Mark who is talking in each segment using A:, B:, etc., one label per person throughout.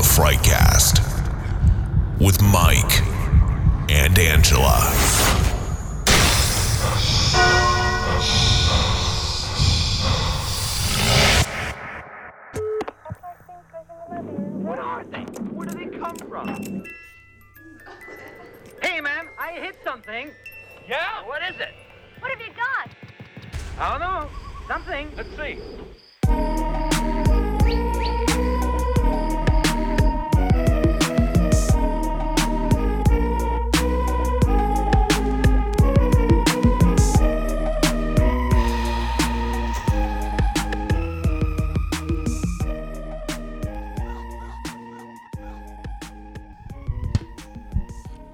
A: Frightcast with Mike and Angela.
B: What are they? Where do they come from? Hey, ma'am, I hit something. Yeah? What is it?
C: What have you got?
B: I don't know. Something. Let's see.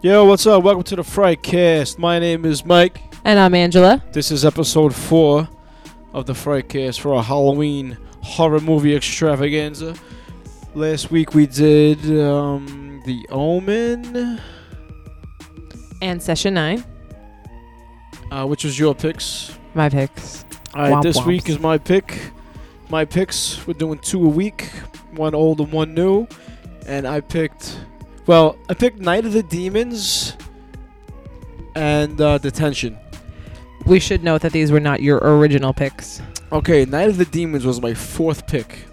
D: Yo, what's up? Welcome to the Frightcast. My name is Mike.
E: And I'm Angela.
D: This is episode four of the Frightcast for our Halloween horror movie extravaganza. Last week we did um, The Omen,
E: And session nine,
D: uh, which was your picks.
E: my picks.
D: All right,
E: Womp
D: this
E: womps.
D: week is my pick. My picks. We're doing two a week, one old and one new. And I picked, well, I picked Night of the Demons and uh, Detention.
E: We should note that these were not your original picks.
D: Okay, Night of the Demons was my fourth pick.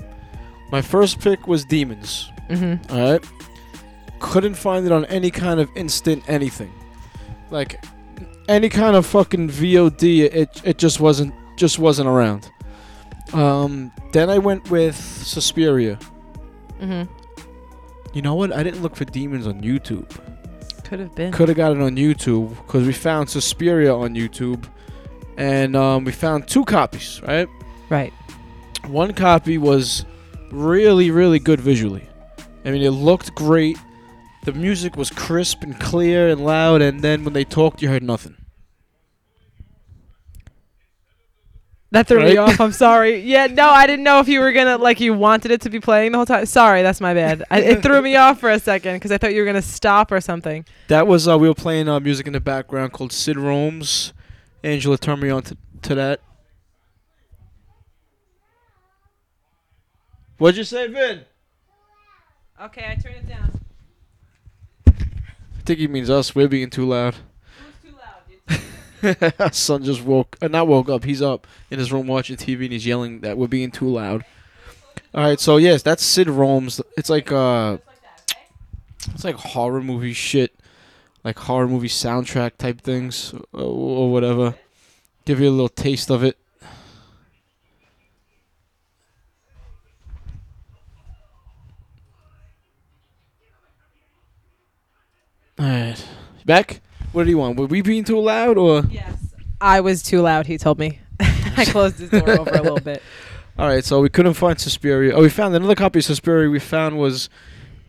D: My first pick was Demons.
E: Mm-hmm.
D: All right, couldn't find it on any kind of instant anything, like any kind of fucking VOD. It it just wasn't just wasn't around. Um, then I went with Suspiria.
E: Mm-hmm.
D: You know what? I didn't look for Demons on YouTube.
E: Could have been.
D: Could have got it on YouTube because we found Suspiria on YouTube, and um, we found two copies. Right.
E: Right.
D: one copy was really really good visually i mean it looked great the music was crisp and clear and loud and then when they talked you heard nothing
E: That threw
D: Right?
E: me off. I'm sorry. Yeah, no, I didn't know if you were going to, like, you wanted it to be playing the whole time. Sorry, that's my bad. I, it threw me off for a second because I thought you were going to stop or something.
D: that was uh, we were playing uh, music in the background called sid rome's angela turned me on to, to that what'd you say vin
E: Okay, I turned it down.
D: i think he means us we're being too loud
E: Who's too loud?
D: Our son just woke, uh, not woke up. He's up in his room watching TV and he's yelling that we're being too loud. All right, so yes, that's Sid Rome's. It's like uh, it's like horror movie shit, like horror movie soundtrack type things or, or whatever. Give you a little taste of it. All right, back. What do you want? Were we being too loud or?
E: Yes. I was too loud, he told me. I closed his door over a little bit.
D: All right, so we couldn't find Suspiria. Oh, we found another copy of Suspiria. We found was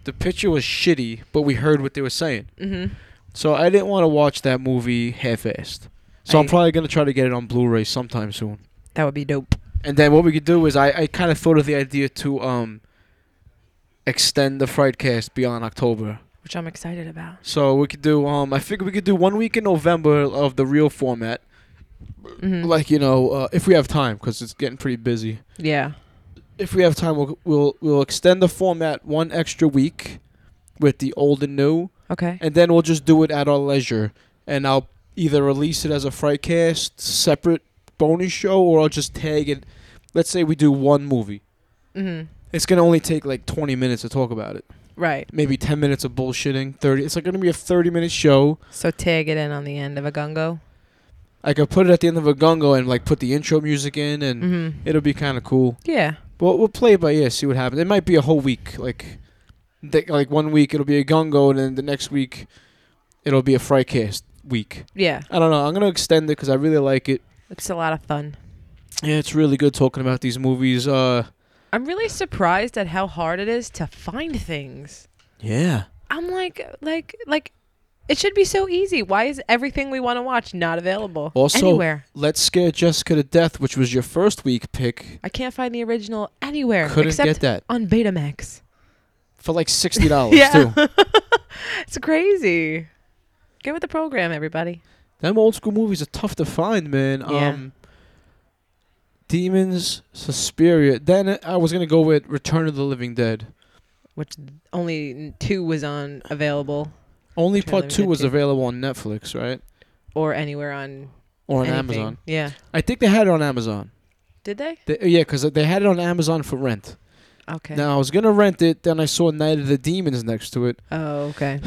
D: the picture was shitty, but we heard what they were saying.
E: Mm-hmm.
D: So I didn't want to watch that movie half-assed. So I, am
E: I-
D: probably gonna try to get it on Blu-ray sometime soon.
E: That would be dope.
D: And then what we could do is I, I kind of thought of the idea to um extend the Frightcast beyond October.
E: Which I'm excited about.
D: So we could do um I figured we could do one week in November of the real format,
E: Mhm.
D: like you know uh, if we have time because it's getting pretty busy.
E: Yeah.
D: if we have time, we'll we'll, we'll extend the format one extra week with the old and new,
E: Okay.
D: and then we'll just do it at our leisure. And I'll either release it as a frightcast separate bonus show, or I'll just tag it. Let's say we do one movie.
E: Mm-hmm.
D: It's gonna only take like 20 minutes to talk about it.
E: Right.
D: Maybe 10 minutes of bullshitting. 30. It's like gonna be a 30 minute show.
E: So tag it in on the end of a gungo.
D: I could put it at the end of a gungo and like put the intro music in, and
E: Mm-hmm.
D: it'll be kind of cool.
E: Yeah.
D: Well, we'll play it by ear, see what happens. It might be a whole week, like, th- like one week it'll be a gungo, and then the next week it'll be a frightcast week.
E: Yeah.
D: I don't know. I'm gonna extend it because I really like it.
E: It's a lot of fun.
D: Yeah, it's really good talking about these movies. Uh,
E: I'm really surprised at how hard it is to find things.
D: yeah,
E: I'm like, like, like, it should be so easy. Why is everything we want to watch not available
D: Also-
E: anywhere?
D: Let's Scare Jessica to Death, which was your first week pick,
E: I can't find the original anywhere
D: couldn't
E: except
D: get that
E: on Betamax.
D: for like sixty dollars too.
E: it's crazy. Get with the program, everybody.
D: Them old school movies are tough to find, man.
E: Yeah.
D: Um Demons, Suspiria. Then I was gonna go with Return of the Living Dead.
E: which only n- two was on available
D: Only
E: Trailer
D: part
E: we
D: two
E: had
D: was
E: too.
D: available on Netflix, right?
E: or anywhere on
D: Or on
E: anything.
D: Amazon.
E: Yeah.
D: I think they had it on Amazon.
E: Did they?
D: They, yeah, because they had it on Amazon for rent.
E: Okay.
D: Now I was gonna rent it, then I saw Night of the Demons next to it,
E: Oh, okay.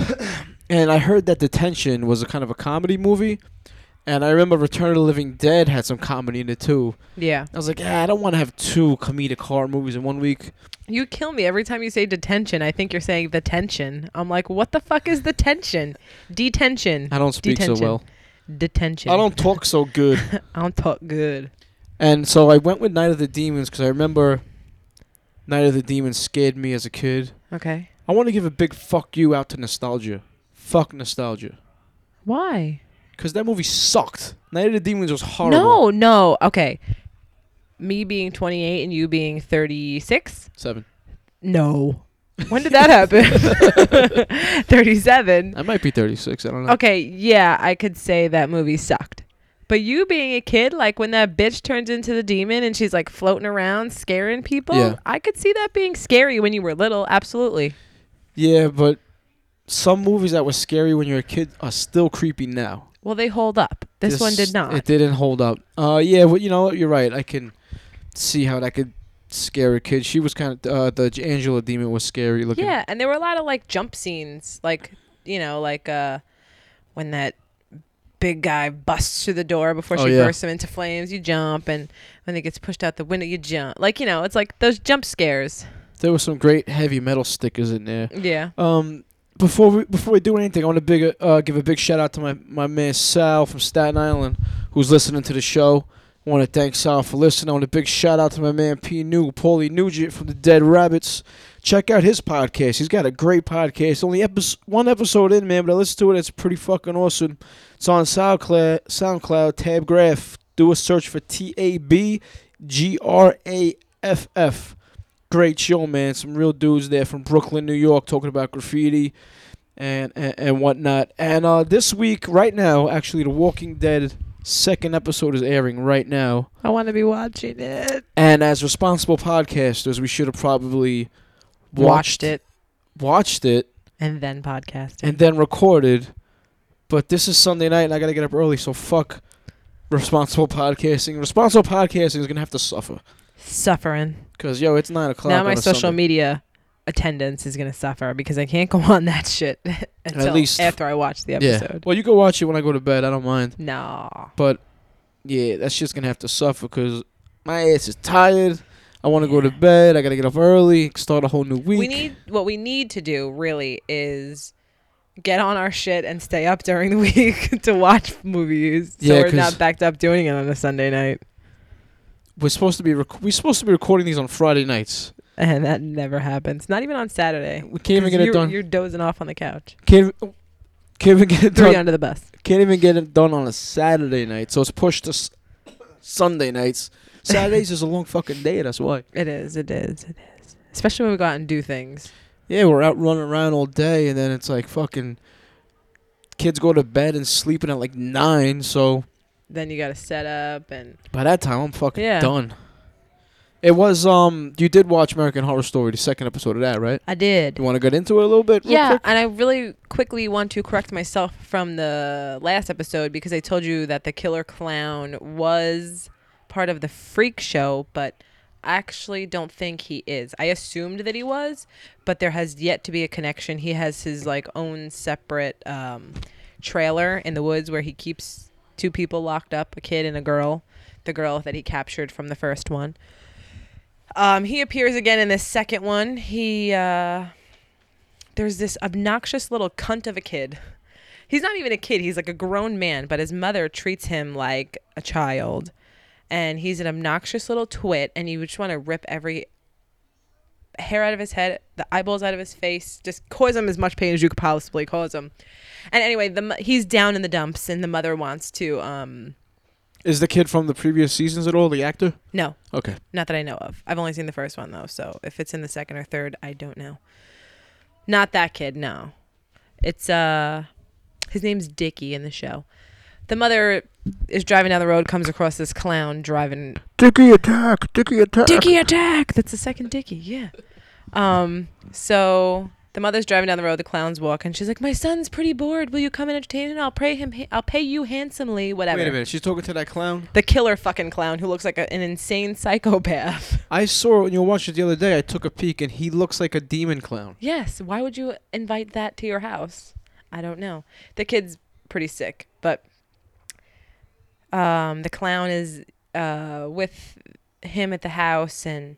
D: and I heard that Detention was a kind of a comedy movie, and I remember Return of the Living Dead had some comedy in it too.
E: Yeah.
D: I was like, ah, I don't want to have two comedic horror movies in one week.
E: You kill me every time you say detention. I think you're saying the tension. I'm like, what the fuck is the tension? Detention.
D: I don't speak so
E: Detention.
D: well.
E: Detention.
D: I don't talk so good.
E: I don't talk good.
D: And so I went with Night of the Demons because I remember Night of the Demons scared me as a kid.
E: Okay.
D: I want to give a big fuck you out to nostalgia. Fuck nostalgia.
E: Why?
D: Because that movie sucked. Night of the Demons was horrible.
E: No, no. Okay. Me being 28 and you being 36?
D: Seven.
E: No. When did that happen? 37.
D: I might be 36. I don't know.
E: Okay, yeah, I could say that movie sucked. But you being a kid, like when that bitch turns into the demon and she's like floating around scaring people,
D: Yeah.
E: I could see that being scary when you were little. Absolutely.
D: Yeah, but some movies that were scary when you were a kid are still creepy now.
E: Well, they hold up. This one did
D: Just-
E: not.
D: It didn't hold up. Uh, yeah, well, you know what? You're right. I can see how that could scare a kid. She was kind of uh, the Angela Demon was scary looking.
E: Yeah, and there were a lot of like jump scenes, like you know, like uh, when that big guy busts through the door before
D: Oh,
E: she
D: yeah.
E: bursts him into flames, you jump, and when it gets pushed out the window, you jump. Like you know, it's like those jump scares.
D: There were some great heavy metal stickers in there.
E: Yeah.
D: Um, before we before we do anything, I want to big uh, give a big shout out to my my man Sal from Staten Island, who's listening to the show. I want to thank Sal for listening. I want a big shout out to my man P New, Paulie Nugent from the Dead Rabbits. Check out his podcast. He's got a great podcast. Only episode, one episode in, man, but I listened to it. It's pretty fucking awesome. It's on SoundCloud. SoundCloud Tab Graph. Do a search for T A B G R A F F great show, man. Some real dudes there from Brooklyn, New York, talking about graffiti and and, and whatnot. And uh, this week, right now, actually, The Walking Dead second episode is airing right now.
E: I want to be watching it.
D: And as responsible podcasters, we should have probably
E: Watched it
D: watched it,
E: and then podcasted.
D: and then recorded. But this is Sunday night, and I gotta get up early, so fuck responsible podcasting. Responsible podcasting is gonna have to suffer.
E: suffering.
D: Cause yo, it's nine o'clock.
E: now my
D: on a
E: social
D: Sunday.
E: media attendance is gonna suffer because I can't go on that shit until
D: least-
E: after I watch the
D: Yeah.
E: episode.
D: Well, you can watch it when I go to bed. I don't mind.
E: No.
D: But yeah, that shit's gonna have to suffer because my ass is tired. I want to go to bed. I gotta get up early. Start a whole new week.
E: We need what we need to do really is get on our shit and stay up during the week to watch movies. So
D: Yeah,
E: we're not
D: 'cause-
E: backed up doing it on a Sunday night.
D: We're supposed to be rec- we're supposed to be recording these on Friday nights.
E: And that never happens. Not even on Saturday.
D: We can't even
E: 'Cause
D: get it
E: you're-
D: done.
E: You're dozing off on the couch.
D: Can't even, can't even get it
E: Three
D: done.
E: under the bus.
D: Can't even get it done on a Saturday night. So it's pushed to s- Sunday nights. Saturdays is a long fucking day. That's why.
E: It is, it is, it is. Especially when we go out and do things.
D: Yeah, we're out running around all day, and then it's like fucking. Kids go to bed and sleeping at like nine. So
E: Then you gotta set up and
D: By that time, I'm fucking
E: Yeah.
D: done. It was um. You did watch American Horror Story, the second episode of that, right?
E: I did.
D: You want to get into it a little bit? real
E: Yeah,
D: quick?
E: and I really quickly want to correct myself from the last episode because I told you that the killer clown was part of the freak show, but I actually don't think he is. I assumed that he was, but there has yet to be a connection. He has his like own separate um, trailer in the woods where he keeps two people locked up, a kid and a girl, the girl that he captured from the first one. Um, he appears again in this second one. He uh there's this obnoxious little cunt of a kid. He's not even a kid, he's like a grown man, but his mother treats him like a child. And he's an obnoxious little twit, and you just want to rip every hair out of his head, the eyeballs out of his face, just cause him as much pain as you could possibly cause him. And anyway, the mo- he's down in the dumps, and the mother wants to um
D: Is the kid from the previous seasons at all the actor?
E: no,
D: Okay.
E: not that I know of. I've only seen the first one though, so if it's in the second or third, I don't know. Not that kid, no. It's uh his name's Dickie in the show. The mother is driving down the road, comes across this clown driving
D: Dickie attack! Dickie attack!
E: Dickie attack. That's the second Dickie, yeah. Um, so the mother's driving down the road, the clowns walk, and she's like, "My son's pretty bored. Will you come and entertain him? I'll pay him. ha- I'll pay you handsomely. Whatever."
D: Wait a minute. She's talking to that clown.
E: The killer fucking clown who looks like a, an insane psychopath.
D: I saw when you watched it the other day. I took a peek, and he looks like a demon clown.
E: Yes. Why would you invite that to your house? I don't know. The kid's pretty sick, but um, the clown is uh, with him at the house, and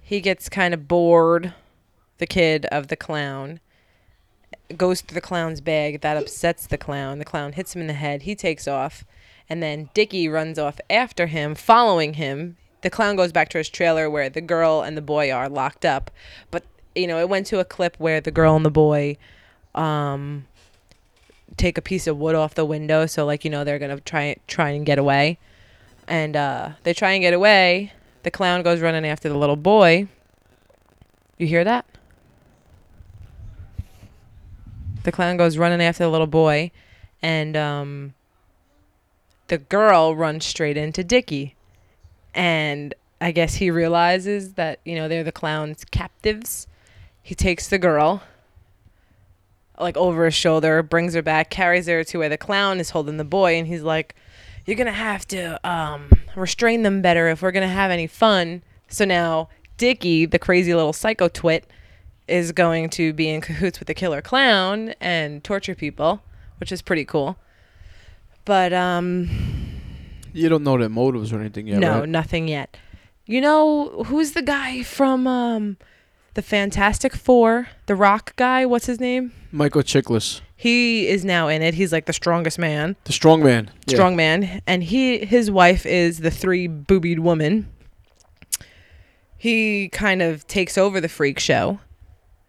E: he gets kind of bored. The kid of the clown goes to the clown's bag. That upsets the clown. The clown hits him in the head. He takes off, and then Dickie runs off after him, following him. The clown goes back to his trailer where the girl and the boy are locked up. But you know, it went to a clip where the girl and the boy um take a piece of wood off the window so like you know they're gonna try try and get away and uh they try and get away the clown goes running after the little boy you hear that the clown goes running after the little boy and um the girl runs straight into Dickie and I guess he realizes that you know they're the clown's captives. He takes the girl like over his shoulder, brings her back, carries her to where the clown is holding the boy, and he's like, "You're gonna have to um, restrain them better if we're gonna have any fun." So now Dickie, the crazy little psycho twit, is going to be in cahoots with the killer clown and torture people, which is pretty cool. But um,
D: You don't know their motives or anything yet,
E: no,
D: right?
E: nothing yet. You know who's the guy from um, the Fantastic Four, the Rock guy? What's his name?
D: Michael Chiklis,
E: He is now in it. He's like the strongest man,
D: the strong man. Yeah.
E: strong man, and he his wife is the three boobied woman. He kind of takes over the freak show,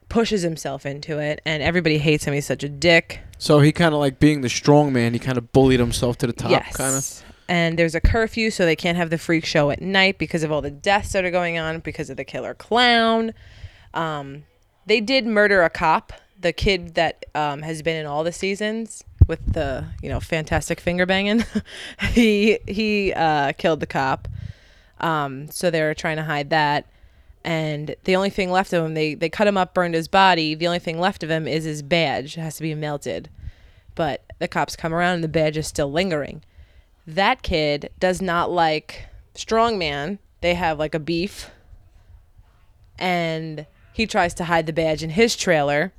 E: pushes himself into it, and everybody hates him. He's such a dick.
D: So he kind of like being the strong man. He kind of bullied himself to the top, kind of.
E: And there's a curfew, so they can't have the freak show at night because of all the deaths that are going on because of the killer clown. Um, they did murder a cop, the kid that um, has been in all the seasons with the you know fantastic finger banging. he he uh, killed the cop, um, so they're trying to hide that. And the only thing left of him, they they cut him up, burned his body. The only thing left of him is his badge. It has to be melted. But the cops come around and the badge is still lingering that kid does not like strongman they have like a beef and he tries to hide the badge in his trailer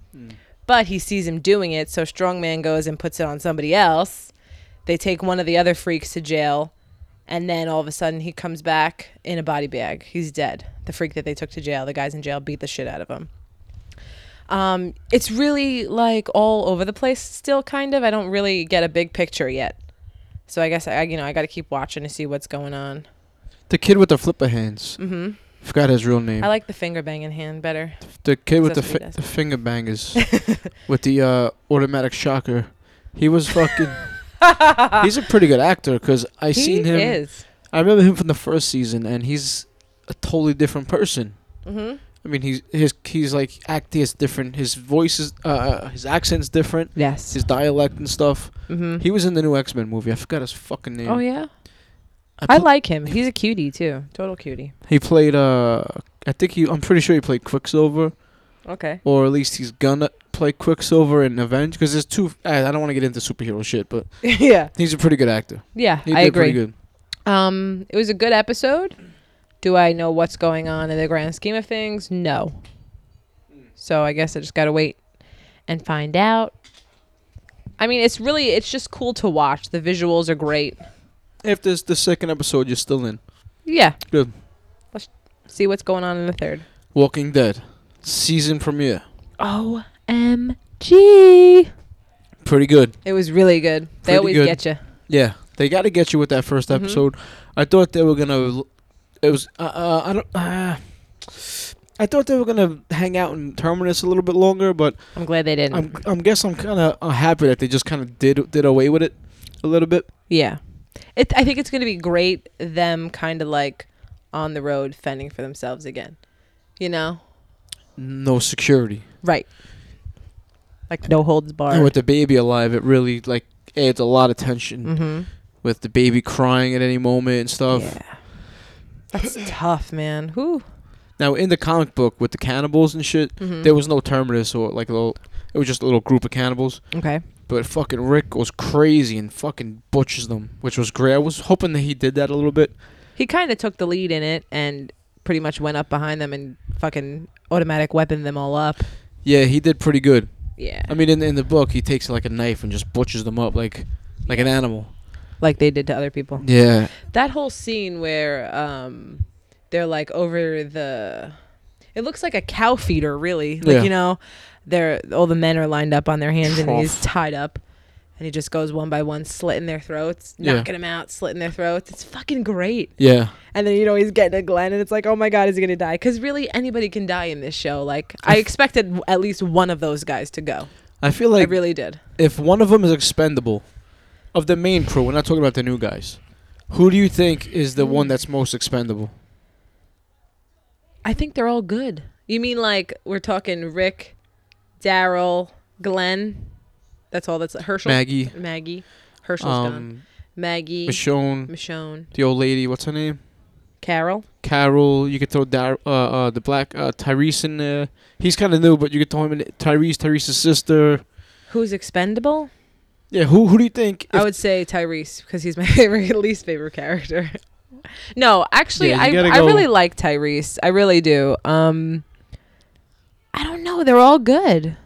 E: but he sees him doing it so strongman goes and puts it on somebody else they take one of the other freaks to jail and then all of a sudden he comes back in a body bag he's dead the freak that they took to jail the guys in jail beat the shit out of him um, it's really like all over the place still kind of i don't really get a big picture yet so I guess I you know I got to keep watching to see what's going on.
D: The kid with the flipper hands. Mm-hmm. Forgot his real name.
E: I like the finger banging hand better.
D: the kid with the,
E: That's what
D: fi-
E: he does.
D: the finger bangers, with the uh, automatic shocker. He was fucking. he's a pretty good actor because I
E: he
D: seen him.
E: is.
D: I remember him from the first season, and he's a totally different person.
E: Mhm.
D: I mean, he's his he's like acting is different. His voice is uh, uh, his accent's different.
E: Yes.
D: His dialect and stuff.
E: Mhm.
D: He was in the new X Men movie. I forgot his fucking name.
E: Oh yeah.
D: I
E: I
D: pl-
E: like him. He's a cutie too. Total cutie.
D: He played. Uh, I think he. I'm pretty sure he played Quicksilver,
E: Okay.
D: or at least he's gonna play Quicksilver in Avenge. Because there's two. I I don't want to get into superhero shit, but
E: yeah.
D: he's a pretty good actor.
E: Yeah,
D: He
E: I
D: did pretty
E: agree.
D: good.
E: Um it was a good episode. Do I know what's going on in the grand scheme of things? No. So I guess I just got to wait and find out. I mean, it's really it's just cool to watch. The visuals are great.
D: If there's the second episode, you're still in.
E: Yeah.
D: Good.
E: See what's going on in the third.
D: Walking Dead season premiere.
E: OMG.
D: Pretty good.
E: It was really good.
D: Pretty
E: they always
D: good.
E: get you.
D: Yeah, they got to get you with that 1st
E: Mm-hmm.
D: episode. I thought they were gonna. l- It was. Uh, uh, I don't. Uh, I thought they were gonna hang out in Terminus a little bit longer, but
E: I'm glad they didn't.
D: I'm. I'm guess I'm kind of uh, happy that they just kind of did did away with it a little bit.
E: yeah. It, I think it's going to be great them kind of like on the road fending for themselves again. You know?
D: No security.
E: Right. Like no holds barred.
D: And with the baby alive, it really like adds a lot of tension.
E: mm-hmm.
D: With the baby crying at any moment and stuff.
E: Yeah. That's tough, man. Whew.
D: Now in the comic book with the cannibals and shit,
E: Mm-hmm.
D: there was no Terminus or like a little. It was just a little group of cannibals.
E: Okay.
D: But fucking Rick goes crazy and fucking butchers them, which was great. I was hoping that he did that a little bit.
E: He kind of took the lead in it and pretty much went up behind them and fucking automatic weaponed them all up.
D: Yeah, he did pretty good.
E: Yeah.
D: I mean, in in the book, he takes like a knife and just butchers them up like like an animal.
E: like they did to other people.
D: Yeah.
E: That whole scene where um they're like over the it looks like a cow feeder really. Like
D: Yeah.
E: you know, they're all the men are lined up on their hands and he's
D: Trough.
E: tied up and he just goes one by one slitting their throats,
D: Yeah.
E: knocking them out, slitting their throats. It's fucking great.
D: Yeah.
E: And then you know he's getting a Glenn and it's like, "Oh my god, is he going to die?" Cuz really anybody can die in this show. Like I expected w- at least one of those guys to go.
D: I feel like
E: I really did.
D: if one of them is expendable, of the main crew, we're not talking about the new guys. Who do you think is the one that's most expendable?
E: I think they're all good. You mean like we're talking Rick, Daryl, Glenn? That's all that's Herschel.
D: Maggie.
E: Maggie. Herschel's gone.
D: Um,
E: Maggie.
D: Michonne,
E: Michonne.
D: the old lady, what's her name?
E: Carol.
D: Carol. You could throw Dar- uh, uh, the black uh, Tyrese in there. He's kind of new, but you could throw him in. Tyrese, Tyrese's sister.
E: Who's expendable?
D: Yeah, who who do you think?
E: I would say Tyrese because he's my favorite, least favorite character. no, actually,
D: Yeah,
E: I,
D: you gotta
E: I
D: go-
E: really like Tyrese. I really do. Um, I don't know. They're all good.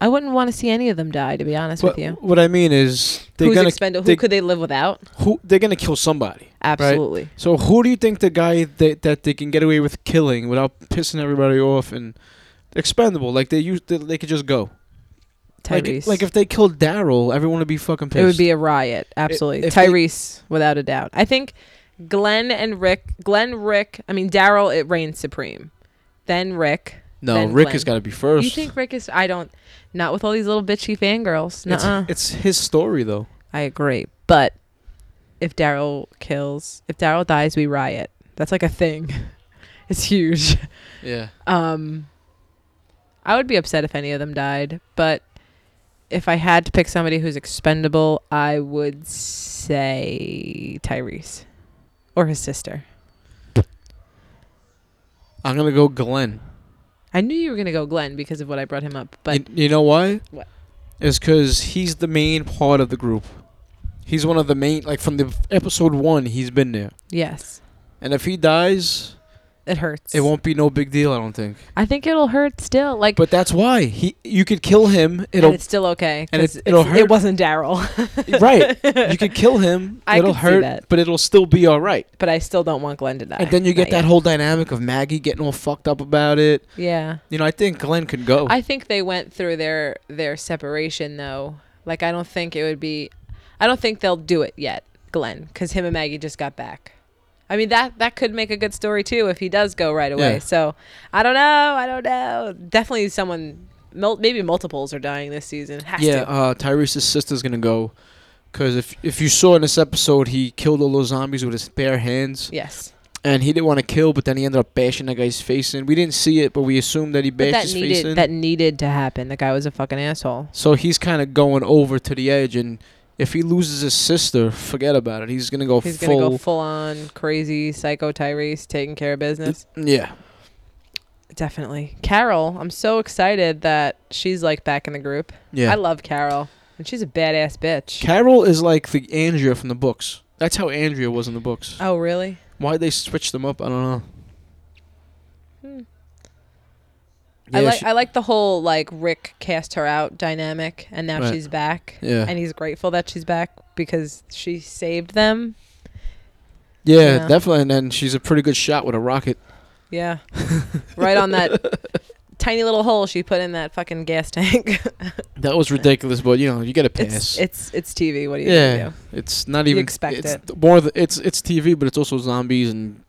E: I wouldn't want to see any of them die, to be honest
D: what,
E: with you.
D: what I mean is they're
E: Who's
D: gonna
E: expendable?
D: they,
E: Who could they live without?
D: who they're gonna kill somebody.
E: Absolutely.
D: So who do you think the guy that that they can get away with killing without pissing everybody off and expendable? Like they use they, they could just go. Like,
E: Tyrese.
D: like if they killed Daryl, everyone would be fucking pissed.
E: It would be a riot, absolutely.
D: if they-
E: Tyrese, without a doubt. I think Glenn and Rick, Glenn, Rick, I mean Daryl, it reigns supreme. Then Rick.
D: no.
E: then
D: Rick
E: Glenn.
D: has got to be first.
E: You think Rick is? I don't. Not with all these little bitchy fangirls.
D: it's,
E: Nuh-uh.
D: it's his story though.
E: I agree, but if Daryl kills, if Daryl dies, we riot. That's like a thing. It's huge.
D: Yeah.
E: Um, I would be upset if any of them died, but if I had to pick somebody who's expendable, I would say Tyrese or his sister.
D: I'm gonna go Glenn.
E: I knew you were gonna go Glenn because of what I brought him up, but
D: you, you know why?
E: What?
D: It's because he's the main part of the group. He's one of the main, like from the episode one, he's been there.
E: yes,
D: And if he dies,
E: it hurts.
D: it won't be no big deal, I don't think.
E: I think it'll hurt still. Like,
D: But that's why he, you could kill him.
E: and
D: It'll
E: it's still okay.
D: and
E: 'cause
D: it- it'll
E: it's- It
D: hurt.
E: wasn't Daryl,
D: right. You could kill him.
E: I
D: it'll
E: could see
D: hurt,
E: that.
D: but it'll still be all right.
E: but I still don't want Glenn to die.
D: And then you get
E: Not
D: that
E: yet.
D: whole dynamic of Maggie getting all fucked up about it.
E: yeah.
D: You know, I think Glenn could go.
E: I think they went through their their separation though. Like I don't think it would be, I don't think they'll do it yet, Glenn, because him and Maggie just got back. I mean that that could make a good story too if he does go right away.
D: Yeah.
E: So I don't know, I don't know. Definitely someone, mul- maybe multiples are dying this season. Has
D: yeah,
E: to.
D: uh, Tyrese's sister's gonna go. Cause if if you saw in this episode, he killed all those zombies with his bare hands.
E: yes,
D: and he didn't want to kill, but then he ended up bashing that guy's face in. We didn't see it, but we assumed that he
E: but
D: bashed his
E: that
D: face in.
E: needed that needed to happen. The guy was a fucking asshole.
D: so he's kind of going over to the edge, and if he loses his sister, forget about it. He's gonna go
E: He's
D: full.
E: gonna go full on crazy psycho Tyrese, taking care of business.
D: yeah,
E: Definitely. Carol, I'm so excited that she's like back in the group.
D: yeah.
E: I love Carol. And she's a badass bitch.
D: Carol is like the Andrea from the books. That's how Andrea was in the books.
E: oh, really?
D: Why they switched them up, I don't know.
E: Hmm.
D: Yeah,
E: I like
D: she-
E: I like the whole like Rick cast her out dynamic and now
D: Right.
E: she's back.
D: Yeah.
E: And he's grateful that she's back because she saved them.
D: yeah,
E: yeah.
D: definitely. And then she's a pretty good shot with a rocket.
E: Yeah. right on that tiny little hole she put in that fucking gas tank.
D: That was ridiculous, but you know you get a pass.
E: it's it's it's TV. What do you
D: Yeah,
E: do?
D: it's not even.
E: expect
D: it's
E: it.
D: th- More, th- it's it's TV, but it's also zombies and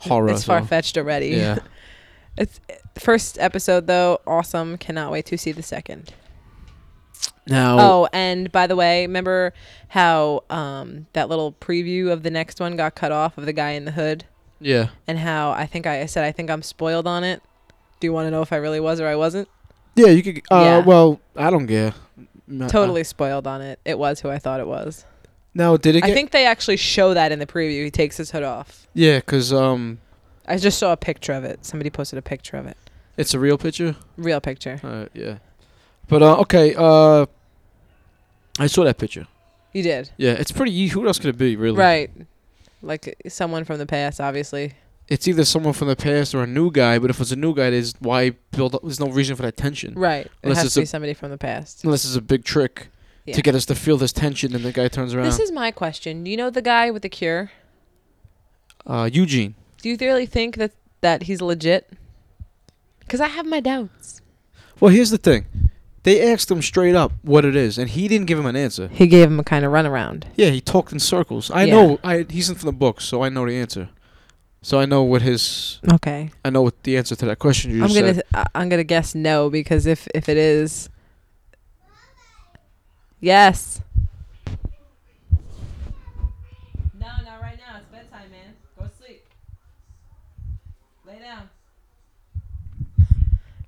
D: horror.
E: It's
D: so-
E: far fetched already.
D: Yeah,
E: First episode though, awesome. Cannot wait to see the second.
D: now
E: Oh, and by the way, remember how um, that little preview of the next one got cut off of the guy in the hood,
D: yeah,
E: and how I think I, I said I think I'm spoiled on it. Do you want to know if I really was or I wasn't?
D: yeah. You could. Uh,
E: Yeah.
D: Well, I don't care. No, uh,
E: Totally spoiled on it. It was who I thought it was.
D: Now, did it? Get,
E: I think they actually show that in the preview. He takes his hood off.
D: Yeah, because um,
E: I just saw a picture of it. Somebody posted a picture of it.
D: It's a real picture.
E: Real picture.
D: All right, yeah. But uh, okay, uh, I saw that picture.
E: You did.
D: Yeah, it's pretty. e- Who else could it be, really?
E: Right. Like uh, someone from the past, obviously.
D: It's either someone from the past or a new guy. But if it's a new guy, there's why build up. There's no reason for that tension.
E: Right. It
D: Unless
E: has
D: it's
E: to
D: a-
E: be somebody from the past.
D: Unless it's a big trick
E: Yeah.
D: to get us to feel this tension, and the guy turns around.
E: This is my question. You know the guy with the cure?
D: uh, Eugene.
E: Do you really think that that he's legit? Because I have my doubts.
D: Well, here's the thing. They asked him straight up what it is, and he didn't give him an answer.
E: He gave him a kind of runaround.
D: Yeah, he talked in circles. I
E: Yeah.
D: know. I he's in from the book, so I know the answer. So I know what his.
E: Okay.
D: I know what the answer to that question you
E: I'm
D: just
E: gonna
D: said.
E: th- I- I'm gonna guess no because if if it is, yes. No, not right now. It's bedtime, man. Go sleep. Lay down.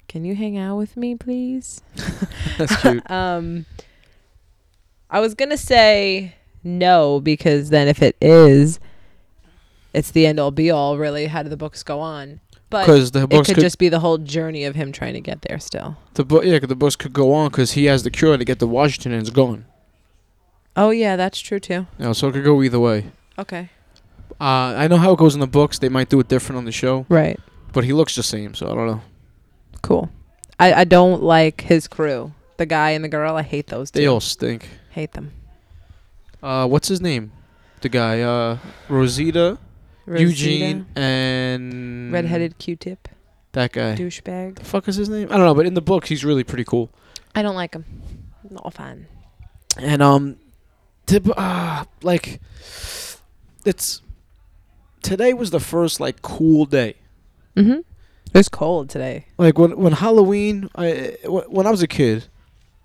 E: Can you hang out with me, please?
D: That's cute.
E: Um, I was gonna say no because then if it is, it's the end all be all. Really, how do the books go on? But
D: Because the
E: it
D: books
E: could,
D: could,
E: just be the whole journey of him trying to get there still.
D: the book yeah 'cause the books could go on because he has the cure to get to Washington and it's gone.
E: Oh yeah, that's true too.
D: You know, so it could go either way.
E: Okay.
D: Uh, I know how it goes in the books. They might do it different on the show,
E: Right.
D: but he looks the same, so I don't know.
E: Cool. I, I don't like his crew. The guy and the girl, I hate those two.
D: They all stink.
E: hate them.
D: Uh, what's his name? The guy, uh, Rosita, Eugene, and
E: Rosita, redheaded Q-tip,
D: That guy.
E: douchebag.
D: The fuck is his name? I don't know, but in the books he's really pretty cool.
E: I don't like him. Not a fan.
D: And um, tip, uh, like it's today was the first like cool day.
E: Mm-hmm. It was cold today.
D: Like when when Halloween, I wh- when I was a kid,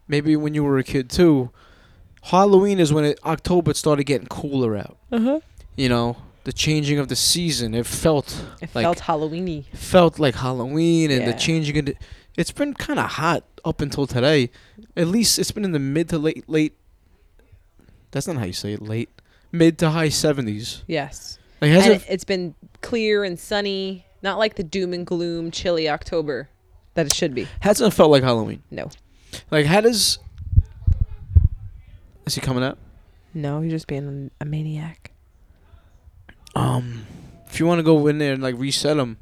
D: maybe when you were a kid too, Halloween is when it, October started getting cooler out.
E: Uh-huh.
D: You know, the changing of the season. It felt
E: It
D: Like-
E: felt Halloweeny.
D: felt like Halloween and
E: Yeah.
D: the changing. Of the, it's been kind of hot up until today. At least it's been in the mid to late late. That's not how you say it. Late, mid to high seventies.
E: Yes.
D: Like has
E: and
D: it,
E: it, has been clear and sunny, not like the doom and gloom, chilly October that it should be.
D: hasn't felt like Halloween.
E: No.
D: Like how does? Is he coming up?
E: No, you're just being a maniac.
D: Um, if you want to go in there and like reset them,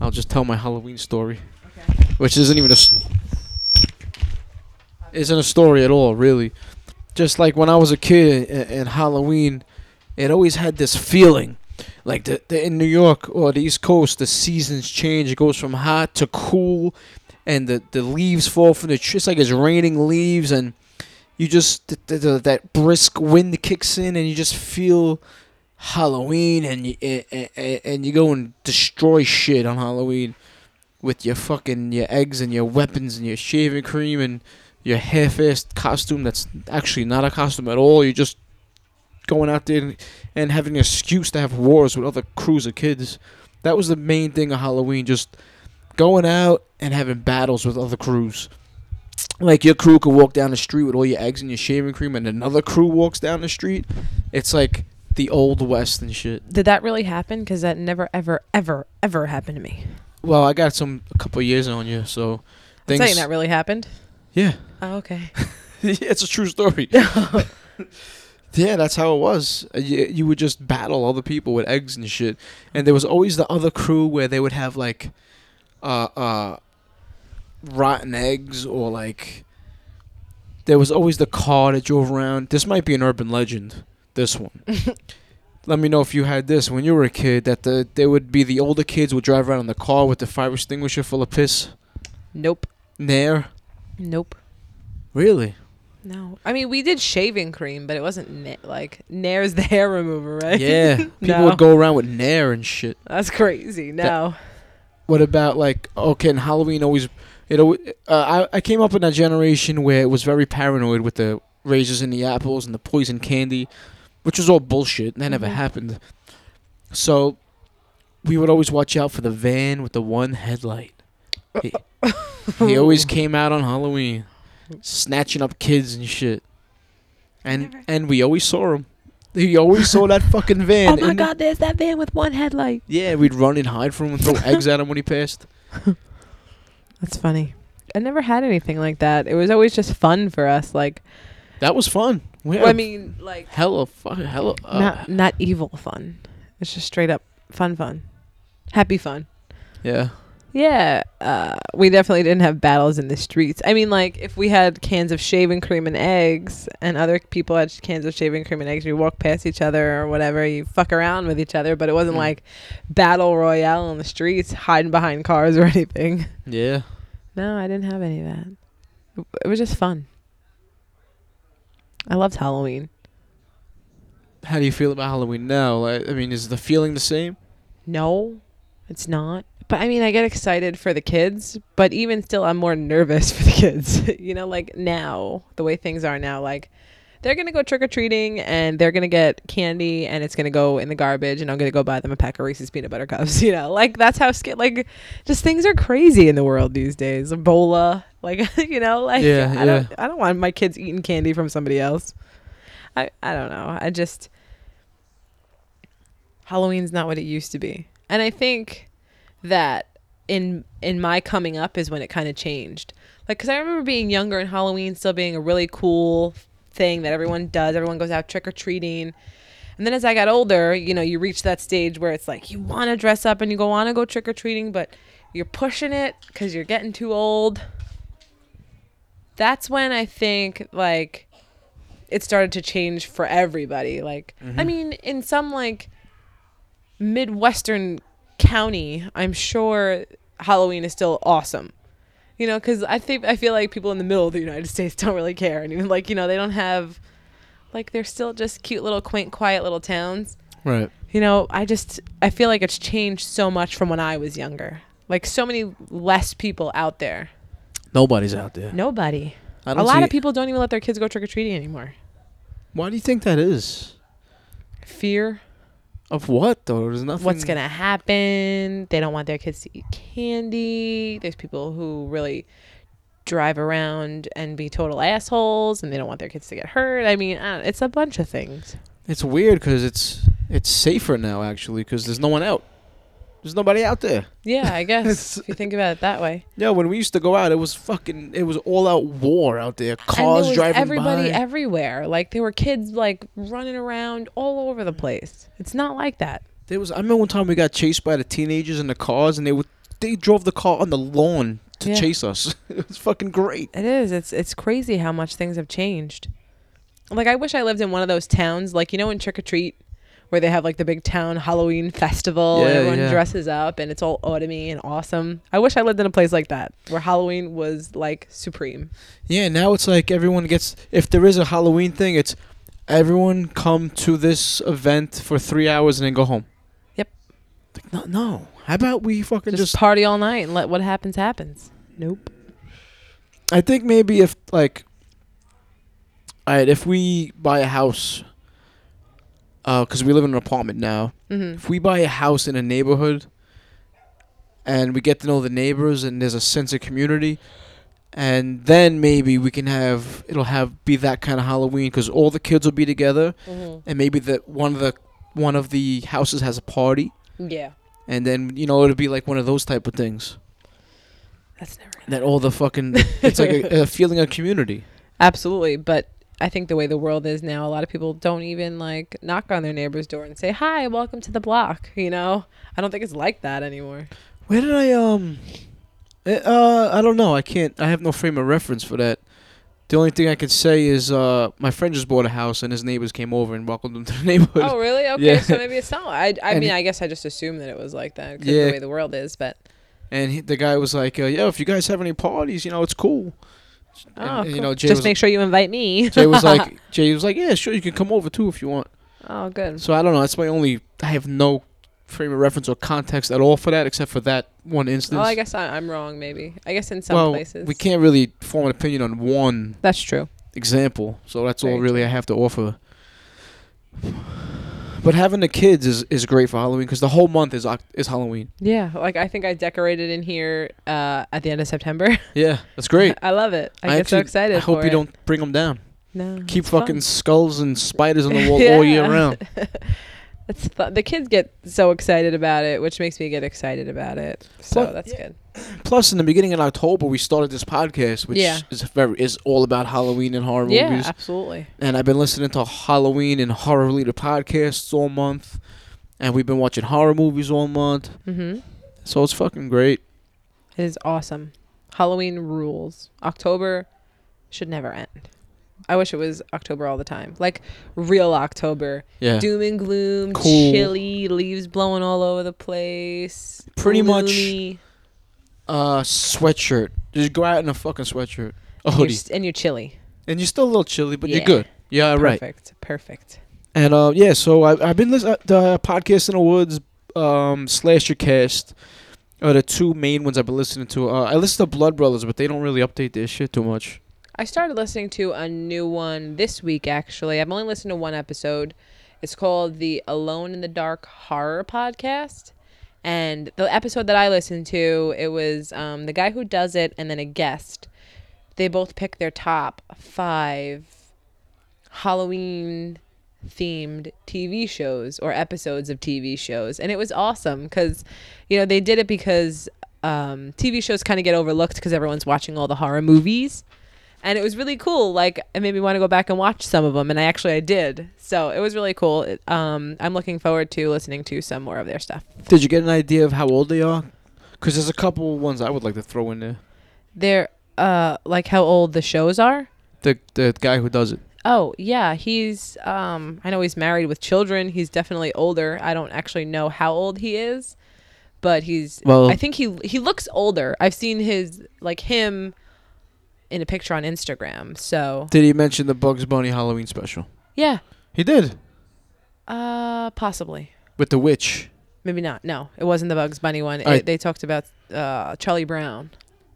D: I'll just tell my Halloween story, which isn't even a s- isn't a story at all, really. Just like when I was a kid a- and Halloween, it always had this feeling, like the, the in New York or the East Coast, the seasons change. It goes from hot to cool, and the the leaves fall from the tree. It's like it's raining leaves, and you just th- th- th- that brisk wind kicks in, and you just feel. Halloween and you, and, and you go and destroy shit on Halloween with your fucking your eggs and your weapons and your shaving cream and your half-assed costume that's actually not a costume at all. You're just going out there and, and having an excuse to have wars with other crews of kids. That was the main thing of Halloween, just going out and having battles with other crews. Like your crew could walk down the street with all your eggs and your shaving cream, and another crew walks down the street. It's like the old west and shit.
E: Did that really happen? Because that never, ever, ever, ever happened to me.
D: Well, I got some a couple years on you, so
E: I'm
D: things.
E: saying that really happened.
D: yeah,
E: Oh, okay.
D: it's a true story. yeah, that's how it was. Uh, You, you would just battle other people with eggs and shit, and there was always the other crew where they would have like, uh, uh, rotten eggs or like. There was always the car that drove around. This might be an urban legend. This one. Let me know if you had this when you were a kid. That the there would be the older kids would drive around in the car with the fire extinguisher full of piss.
E: Nope.
D: Nair.
E: Nope.
D: Really?
E: No. I mean, we did shaving cream, but it wasn't na- like Nair's the hair remover, right?
D: Yeah. People
E: No.
D: would go around with Nair and shit.
E: That's crazy. No.
D: What about like okay, and Halloween always it always, uh, I I came up in a generation where it was very paranoid with the razors and the apples and the poison candy, which was all bullshit. and That never
E: Mhm.
D: happened. So we would always watch out for the van with the one headlight. He, he always came out on Halloween, snatching up kids and shit. And and we always saw him. He always saw that fucking van.
E: oh my
D: in the-
E: god, there's that van with one headlight.
D: yeah, we'd run and hide from him and throw eggs at him when he passed.
E: That's funny. I never had anything like that. It was always just fun for us. Like,
D: That was fun. We had
E: well, I
D: a
E: mean, like
D: hella fucking hella. Uh,
E: not not evil fun. It's just straight up fun, fun, happy fun.
D: yeah.
E: Yeah, uh, we definitely didn't have battles in the streets. I mean, like if we had cans of shaving cream and eggs, and other people had cans of shaving cream and eggs, you walk past each other or whatever, you fuck around with each other. But it wasn't like battle royale on the streets, hiding behind cars or anything.
D: Yeah.
E: No, I didn't have any of that. It- It was just fun. I loved Halloween.
D: How do you feel about Halloween now? Like, I mean, is the feeling the same?
E: No, it's not. But I mean, I get excited for the kids, but even still, I'm more nervous for the kids. you know, like now, the way things are now, like they're going to go trick or treating and they're going to get candy and it's going to go in the garbage and I'm going to go buy them a pack of Reese's peanut butter cups. You know, like that's how, sca- like, just things are crazy in the world these days. Ebola, like, you know, like,
D: Yeah,
E: I, Don't, I don't want my kids eating candy from somebody else. I, I don't know. I just, Halloween's not what it used to be. And I think that in in my coming up is when it kind of changed. Like cuz I remember being younger and Halloween still being a really cool thing that everyone does. Everyone goes out trick or treating. And then as I got older, you know, you reach that stage where it's like you want to dress up and you go want to go trick or treating, but you're pushing it cuz you're getting too old. That's when I think like it started to change for everybody. Like I mean, in some like Midwestern county, I'm sure Halloween is still awesome. You know, because I think I feel like people in the middle of the United States don't really care, and even like you know they don't have, like they're still just cute little quaint, quiet little towns.
D: Right.
E: You know, I just I feel like it's changed so much from when I was younger. Like so many less people out there.
D: Nobody's out there.
E: Nobody.
D: I
E: A
D: don't
E: lot
D: see-
E: of people don't even let their kids go trick or treating anymore.
D: Why do you think that is?
E: Fear.
D: Of what though? There's nothing.
E: what's gonna happen. They don't want their kids to eat candy. There's people who really drive around and be total assholes, and they don't want their kids to get hurt. I mean, I don't- it's a bunch of things.
D: It's weird because it's it's safer now actually because there's no one out. There's nobody out there.
E: Yeah, I guess if you think about it that way.
D: Yeah, when we used to go out, it was fucking. It was all out war out there.
E: And there
D: Cars
E: was
D: driving
E: everybody
D: by.
E: everywhere. Like there were kids like running around all over the place. It's not like that.
D: there was. I remember one time we got chased by the teenagers in the cars, and they would they drove the car on the lawn to
E: Yeah.
D: chase us. it was fucking great.
E: It is. It's it's crazy how much things have changed. Like I wish I lived in one of those towns, like you know in Trick or Treat, where they have like the big town Halloween festival and
D: Yeah,
E: everyone
D: yeah.
E: dresses up and it's all autumny and awesome. I wish I lived in a place like that where Halloween was like supreme.
D: Yeah, now it's like everyone gets. If there is a Halloween thing, it's everyone come to this event for three hours and then go home.
E: Yep.
D: Like, no, no. How about we fucking
E: Just,
D: just?
E: party all night and let what happens happens. Nope.
D: I think maybe if like, all right, if we buy a house, uh, because we live in an apartment now.
E: hmm
D: If we buy a house in a neighborhood, and we get to know the neighbors, and there's a sense of community. And then maybe we can have it'll have be that kind of Halloween because all the kids will be together, and maybe the one of the one of the houses has a party
E: Yeah.
D: and then you know it'll be like one of those type of things
E: That's never.
D: that all the fucking it's like a, a feeling of community
E: Absolutely, but I think the way the world is now, a lot of people don't even like knock on their neighbor's door and say, "Hi, welcome to the block." You know, I don't think it's like that anymore.
D: where did i um eh, uh i don't know i can't i have no frame of reference for that the only thing i could say is uh my friend just bought a house and his neighbors came over and welcomed him to the neighborhood
E: Oh, really? Okay,
D: Yeah.
E: so maybe it's not. I, I
D: And he-
E: mean, I guess I just assumed that it was like that 'cause
D: Yeah.
E: the way the world is. But
D: and he, the guy was like uh, yo if you guys have any parties you know it's cool
E: oh,
D: and, you
E: cool.
D: know jay
E: just
D: was,
E: make sure you invite me.
D: jay was like jay was like yeah sure you can come over too if you want
E: oh, good.
D: So I don't know. That's my only. I have no frame of reference or context at all for that, except for that one instance.
E: Well, I guess I, I'm wrong. Maybe I guess in some
D: well,
E: places
D: we can't really form an opinion on one
E: That's true.
D: example, so that's all
E: Very
D: really I have to offer. But having the kids is, is great for Halloween because the whole month is Oc- is Halloween.
E: Yeah, like I think I decorated in here uh, at the end of September.
D: Yeah, that's great.
E: I love it. I, get so
D: actually-
E: excited.
D: I hope
E: for
D: you
E: it.
D: don't bring them down.
E: No.
D: Keep
E: it's fun.
D: fucking skulls and spiders on the wall all year
E: Yeah.
D: round.
E: That's fu- the kids get so excited about it, which makes me get excited about it. So
D: Plus-
E: that's good.
D: Plus, in the beginning of October, we started this podcast, which
E: Yeah.
D: is very is all about Halloween and horror
E: Yeah,
D: movies.
E: absolutely.
D: And I've been listening to Halloween and horror related podcasts all month, and we've been watching horror movies all month.
E: Mm-hmm.
D: So it's fucking great.
E: It is awesome. Halloween rules. October should never end. I wish it was October all the time. Like real October.
D: Yeah,
E: Doom and gloom,
D: Cool.
E: chilly, leaves blowing all over the place.
D: Pretty much
E: gloomy,
D: uh, sweatshirt. Just go out in a fucking sweatshirt, a
E: and you're
D: hoodie,
E: s- and you're chilly.
D: and you're still a little chilly, but
E: Yeah.
D: you're good. Yeah, right.
E: Perfect. Perfect.
D: And uh, yeah, so I, I've been listening to uh, Podcast in the Woods, um, Slasher Cast, are the two main ones I've been listening to. Uh, I listen to Blood Brothers, but they don't really update their shit too much.
E: I started listening to a new one this week, actually. I've only listened to one episode. It's called the Alone in the Dark Horror Podcast. And the episode that I listened to, it was um, the guy who does it and then a guest. They both pick their top five Halloween themed TV shows or episodes of TV shows. And it was awesome because, you know, they did it because um, TV shows kind of get overlooked because everyone's watching all the horror movies. And it was really cool. Like, it made me want to go back and watch some of them. And I actually, I did. So it was really cool. It, um, I'm looking forward to listening to some more of their stuff.
D: Did you get an idea of how old they are? Because there's a couple ones I would like to throw in there.
E: They're, uh, like how old the shows are.
D: The the guy who does it.
E: Oh yeah, he's um I know he's married with children. He's definitely older. I don't actually know how old he is, but he's
D: Well-
E: I think he he looks older. I've seen his like him in a picture on Instagram. So,
D: Did he mention the Bugs Bunny Halloween special?
E: yeah.
D: He did
E: Uh possibly.
D: with the witch.
E: Maybe not. No, it wasn't the Bugs Bunny one. It-
D: Alright.
E: They talked about uh Charlie Brown.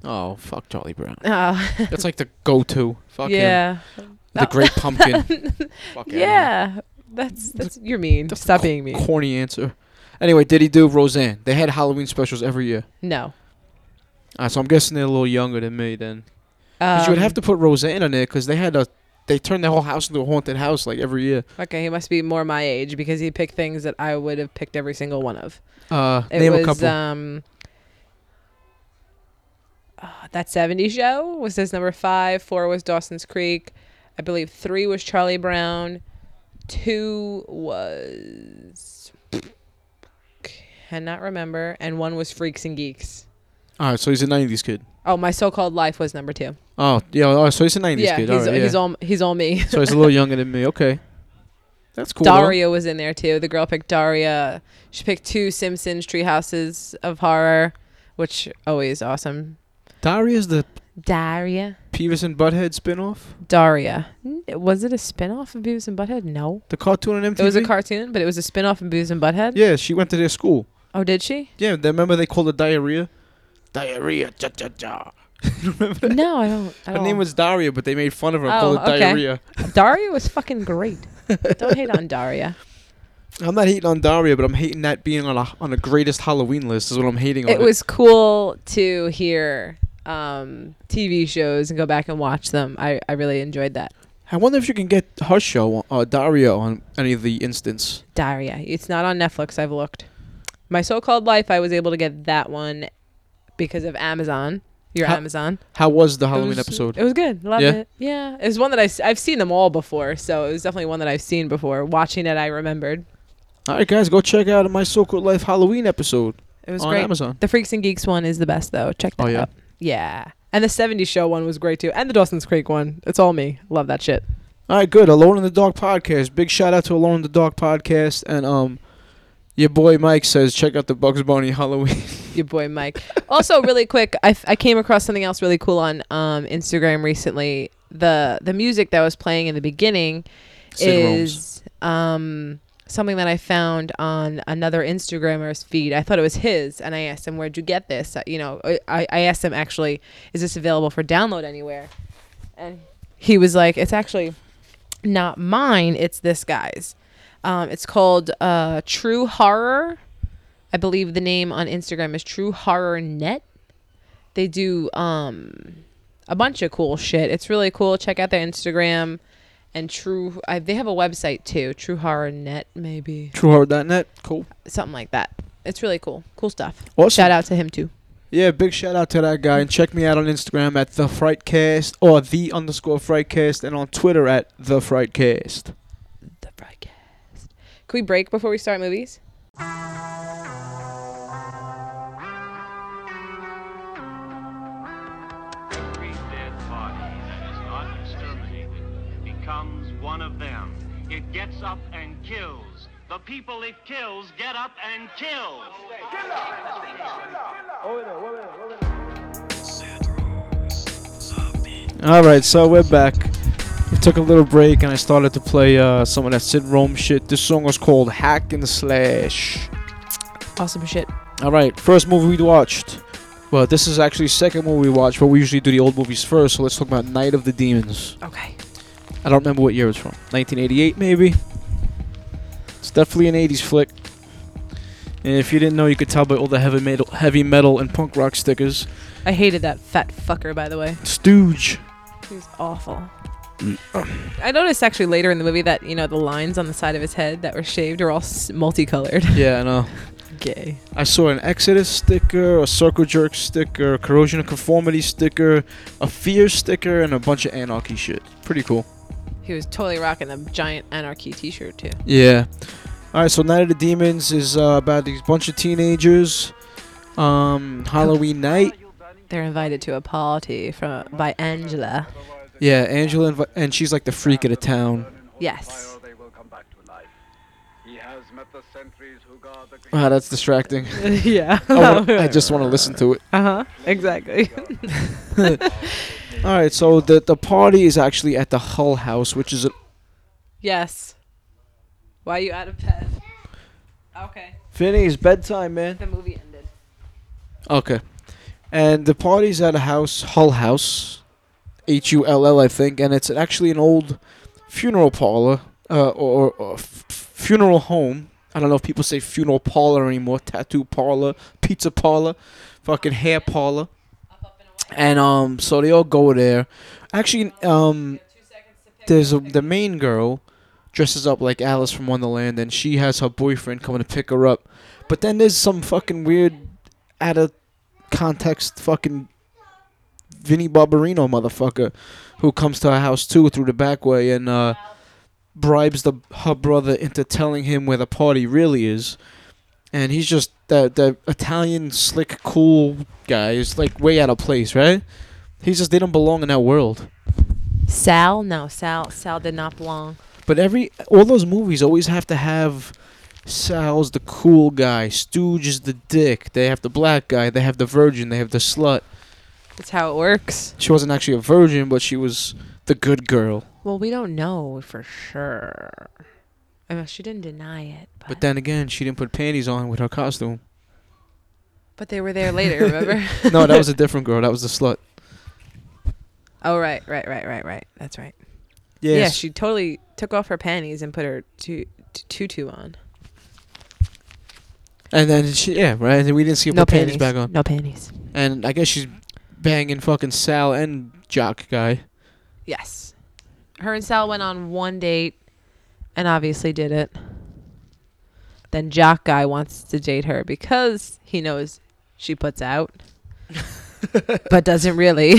D: Oh fuck, Charlie Brown.
E: Uh,
D: That's like the go-to. Fuck him.
E: yeah.
D: The Great Pumpkin. Fuck outta here.
E: Yeah. That's that's you're mean.
D: That's a
E: Stop
D: co-
E: being mean.
D: Corny answer. Anyway, did he do Roseanne? They had Halloween specials every year.
E: No.
D: Uh, so I'm guessing they're a little younger than me then. 'Cause you would
E: Um,
D: have to put Roseanne on there 'cause they had a they turned their whole house into a haunted house like every year.
E: Um, Okay, he must be more my age because he picked things that I would have picked every single one of.
D: Uh,
E: It
D: name
E: was
D: a couple.
E: um uh, that 70 show was his number 5, 4 was Dawson's Creek, I believe 3 was Charlie Brown, 2 was cannot remember and 1 was Freaks and Geeks.
D: all right, so he's a '90s kid.
E: Oh, my so-called life was number 2.
D: Oh yeah, all right, so he's a '90s
E: yeah,
D: kid.
E: he's,
D: all right,
E: he's
D: yeah.
E: all he's all me.
D: so he's a little younger than me. Okay, that's cool. though.
E: Daria was in there too. The girl picked Daria. She picked two Simpsons tree houses of horror, which always awesome.
D: Daria's the
E: Daria.
D: Peavis and Butthead spinoff.
E: Daria. N- Was it a spin-off of Beavis and Butthead? No.
D: The cartoon on MTV.
E: It was a cartoon, but it was a spin-off of Beavis and Butthead?
D: Yeah, she went to their school.
E: Oh, did she?
D: Yeah, they, remember they called it diarrhea. Diarrhea, ja ja ja. remember that?
E: No, I don't. I
D: Her
E: don't.
D: name was Daria, but they made fun of her. and
E: Oh,
D: called it
E: okay.
D: diarrhea.
E: Daria was fucking great. don't hate on Daria.
D: I'm not hating on Daria, but I'm hating that being on a on a greatest Halloween list is what I'm hating on.
E: It was cool to hear um, TV shows and go back and watch them. I, I really enjoyed that.
D: I wonder if you can get her show, uh, Daria, on any of the instance.
E: Diarrhea. It's not on Netflix. I've looked. My so-called life. I was able to get that one because of Amazon. Your
D: How-
E: Amazon
D: How was the
E: It
D: Halloween
E: was-
D: episode?
E: It was good. Loved
D: Yeah?
E: it. Yeah, it was one that I have seen them all before, so it was definitely one that I've seen before. Watching it, I remembered.
D: All right, guys, go check out my so-called life Halloween episode
E: It was
D: on
E: great.
D: Amazon.
E: The Freaks and Geeks one is the best though. Check that
D: Oh, yeah?
E: out. Yeah, and the '70s show one was great too, and the Dawson's Creek one. It's all me. Love that shit.
D: All right, good. Alone in the Dark podcast. Big shout out to Alone in the Dark podcast, and um, your boy Mike says check out the Bugs Bunny Halloween.
E: your boy Mike. Also, really quick, I, f- I came across something else really cool on um, Instagram recently. The the music that was playing in the beginning
D: Sid
E: is um, something that I found on another Instagrammer's feed. I thought it was his, and I asked him, "Where'd you get this?" Uh, You know, I, I I asked him actually, "Is this available for download anywhere?" And he was like, "It's actually not mine. It's this guy's." Um, it's called uh, True Horror. I believe the name on Instagram is True Horror Net. They do um a bunch of cool shit. It's really cool. Check out their Instagram. and True. I, they have a website too, True Horror Net, maybe
D: TrueHorror.net. Cool.
E: something like that. It's really cool. Cool stuff.
D: Awesome.
E: Shout out to him too.
D: Yeah, big shout out to that guy, and check me out on Instagram at the Frightcast or the underscore Frightcast, and on Twitter at the Frightcast.
E: The broadcast. Can we break before we start movies?
C: three dead bodies that is not exterminated becomes one of them. It gets up and kills. The people it kills get up and kills.
D: All right, so we're back. We took a little break, and I started to play uh, some of that Sid Rome shit. This song was called "Hack and Slash."
E: Awesome shit.
D: All right, first movie we watched. Well, this is actually second movie we watched, but we usually do the old movies first. So let's talk about Night of the Demons.
E: Okay.
D: I don't remember what year it's from. 1988, maybe. It's definitely an 80s flick. And if you didn't know, you could tell by all the heavy metal, heavy metal and punk rock stickers.
E: I hated that fat fucker, by the way.
D: Stooge.
E: He was awful. I noticed actually later in the movie that, you know, the lines on the side of his head that were shaved are all s- multicolored.
D: Yeah, I know.
E: Gay.
D: I saw an Exodus sticker, a Circle Jerk sticker, a Corrosion of Conformity sticker, a Fear sticker, and a bunch of Anarchy shit. Pretty cool.
E: He was totally rocking the giant anarchy t shirt, too.
D: Yeah. All right. So Night of the Demons is uh, about these bunch of teenagers. Um, Halloween night.
E: They're invited to a party from by Angela.
D: Yeah, Angela invi- and she's like the freak of the town.
E: Yes.
F: They will come back to life. He has met the sentries who guard the
D: Wow, Ah, that's distracting.
E: yeah.
D: I, wanna- I just want to listen to it.
E: Uh huh. Exactly.
D: All right. So the the party is actually at the Hull House, which is a
E: yes. Why are you out of bed? Okay.
D: Finney's bedtime, man.
E: The movie ended.
D: Okay. And the party's at a house, Hull House, H U L L, I think, and it's actually an old funeral parlor uh, or, or f- funeral home. I don't know if people say funeral parlor anymore. Tattoo parlor, pizza parlor, fucking hair parlor. And um, so they all go there. Actually, um, there's a, the main girl dresses up like Alice from Wonderland, and she has her boyfriend coming to pick her up. But then there's some fucking weird, out of context, fucking Vinnie Barbarino motherfucker who comes to her house too through the back way and uh, bribes the her brother into telling him where the party really is. And he's just that that Italian slick cool guy is like way out of place, right? He's just they don't belong in that world.
E: Sal? No, Sal. Sal did not belong.
D: But every all those movies always have to have Sal's the cool guy, Stooge is the dick. They have the black guy, they have the virgin, they have the slut.
E: That's how it works.
D: She wasn't actually a virgin, but she was the good girl.
E: Well, we don't know for sure. I mean, she didn't deny it, but
D: But then again, she didn't put panties on with her costume.
E: but they were there later. Remember?
D: No, that was a different girl. That was the slut.
E: oh right, right, right, right, right. That's right. Yeah,
D: Yes.
E: she totally took off her panties and put her tu- t- tutu on.
D: and then she, yeah, right. And then we didn't see her put panties back on.
E: No panties.
D: And I guess she's banging fucking Sal and Jock guy.
E: Yes. Her and Sal went on one date, and obviously did it. Then Jock guy wants to date her because he knows she puts out, but doesn't really.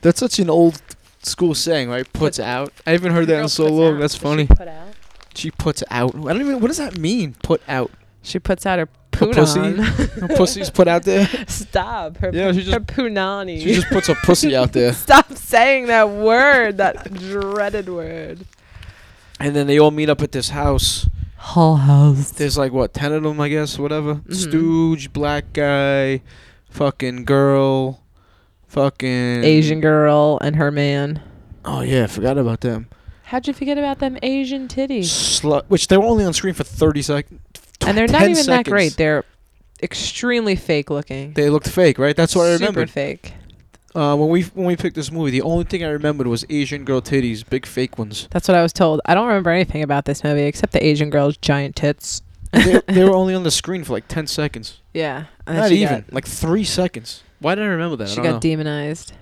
D: That's such an old school saying, right? Puts out. I haven't heard that in so long. That's funny.
E: Put out.
D: She puts out. I don't even. What does that mean? Put out.
E: She puts out her poonon.
D: pussy? Her pussy's put out there.
E: Stop. Her,
D: Yeah, she just-
E: her poonani.
D: She just puts her pussy out there.
E: Stop saying that word, that dreaded word.
D: And then they all meet up at this house.
E: Hull House.
D: There's like what ten of them, I guess. Whatever.
E: Mm-hmm.
D: Stooge, black guy, fucking girl, fucking
E: Asian girl and her man.
D: Oh yeah, I forgot about them.
E: How'd you forget about them Asian titties?
D: Slut, which they were only on screen for thirty seconds.
E: And they're not even that great. They're extremely fake looking.
D: They looked fake, right? That's what I
E: Super
D: remembered.
E: fake.
D: Uh, when we when we picked this movie, the only thing I remembered was Asian girl titties, big fake ones.
E: That's what I was told. I don't remember anything about this movie except the Asian girl's giant tits.
D: they, they were only on the screen for like ten seconds.
E: Yeah. and then
D: Not
E: she
D: even
E: got-
D: like three seconds. Why did I remember that? I
E: she
D: don't
E: got
D: know.
E: demonized.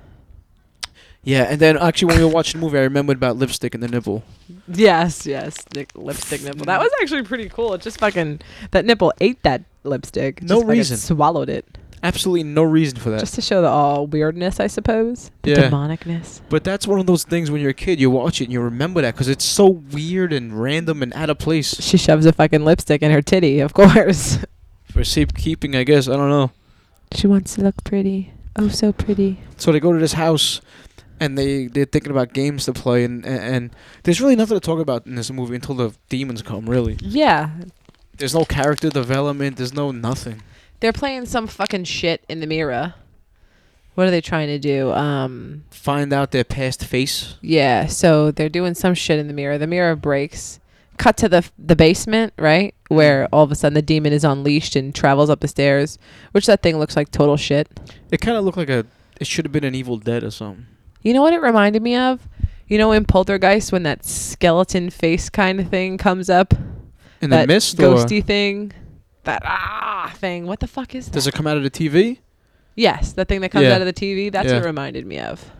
D: Yeah, and then actually when we were watching the movie, I remembered about lipstick and the nipple.
E: Yes, yes. Nick, lipstick nipple. That was actually pretty cool. It just fucking that nipple ate that lipstick.
D: No
E: Just fucking
D: reason.
E: Swallowed it.
D: Absolutely no reason for that.
E: Just to show the all weirdness, I suppose. The
D: Yeah.
E: demonicness.
D: but that's one of those things when you're a kid, you watch it and you remember that because it's so weird and random and out of place
E: She shoves a fucking lipstick in her titty, of course.
D: for safekeeping. I guess I don't know.
E: she wants to look pretty. Oh, so pretty.
D: So they go to this house, and they they're thinking about games to play, and and, and there's really nothing to talk about in this movie until the demons come. Really,
E: Yeah.
D: there's no character development. There's no nothing.
E: They're playing some fucking shit in the mirror. What are they trying to do? Um
D: Find out their past face.
E: Yeah, so they're doing some shit in the mirror. The mirror breaks. Cut to the the basement, right? Where all of a sudden the demon is unleashed and travels up the stairs, which that thing looks like total shit.
D: It kind of looked like a. It should have been an Evil Dead or something.
E: You know what it reminded me of? You know in Poltergeist when that skeleton face kind of thing comes up,
D: In
E: that
D: the mist,
E: ghosty
D: or
E: thing, that ah thing. What the fuck is that?
D: does it come out of the TV?
E: yes, that thing that comes
D: Yeah.
E: out of the TV. That's
D: Yeah.
E: what it reminded me of.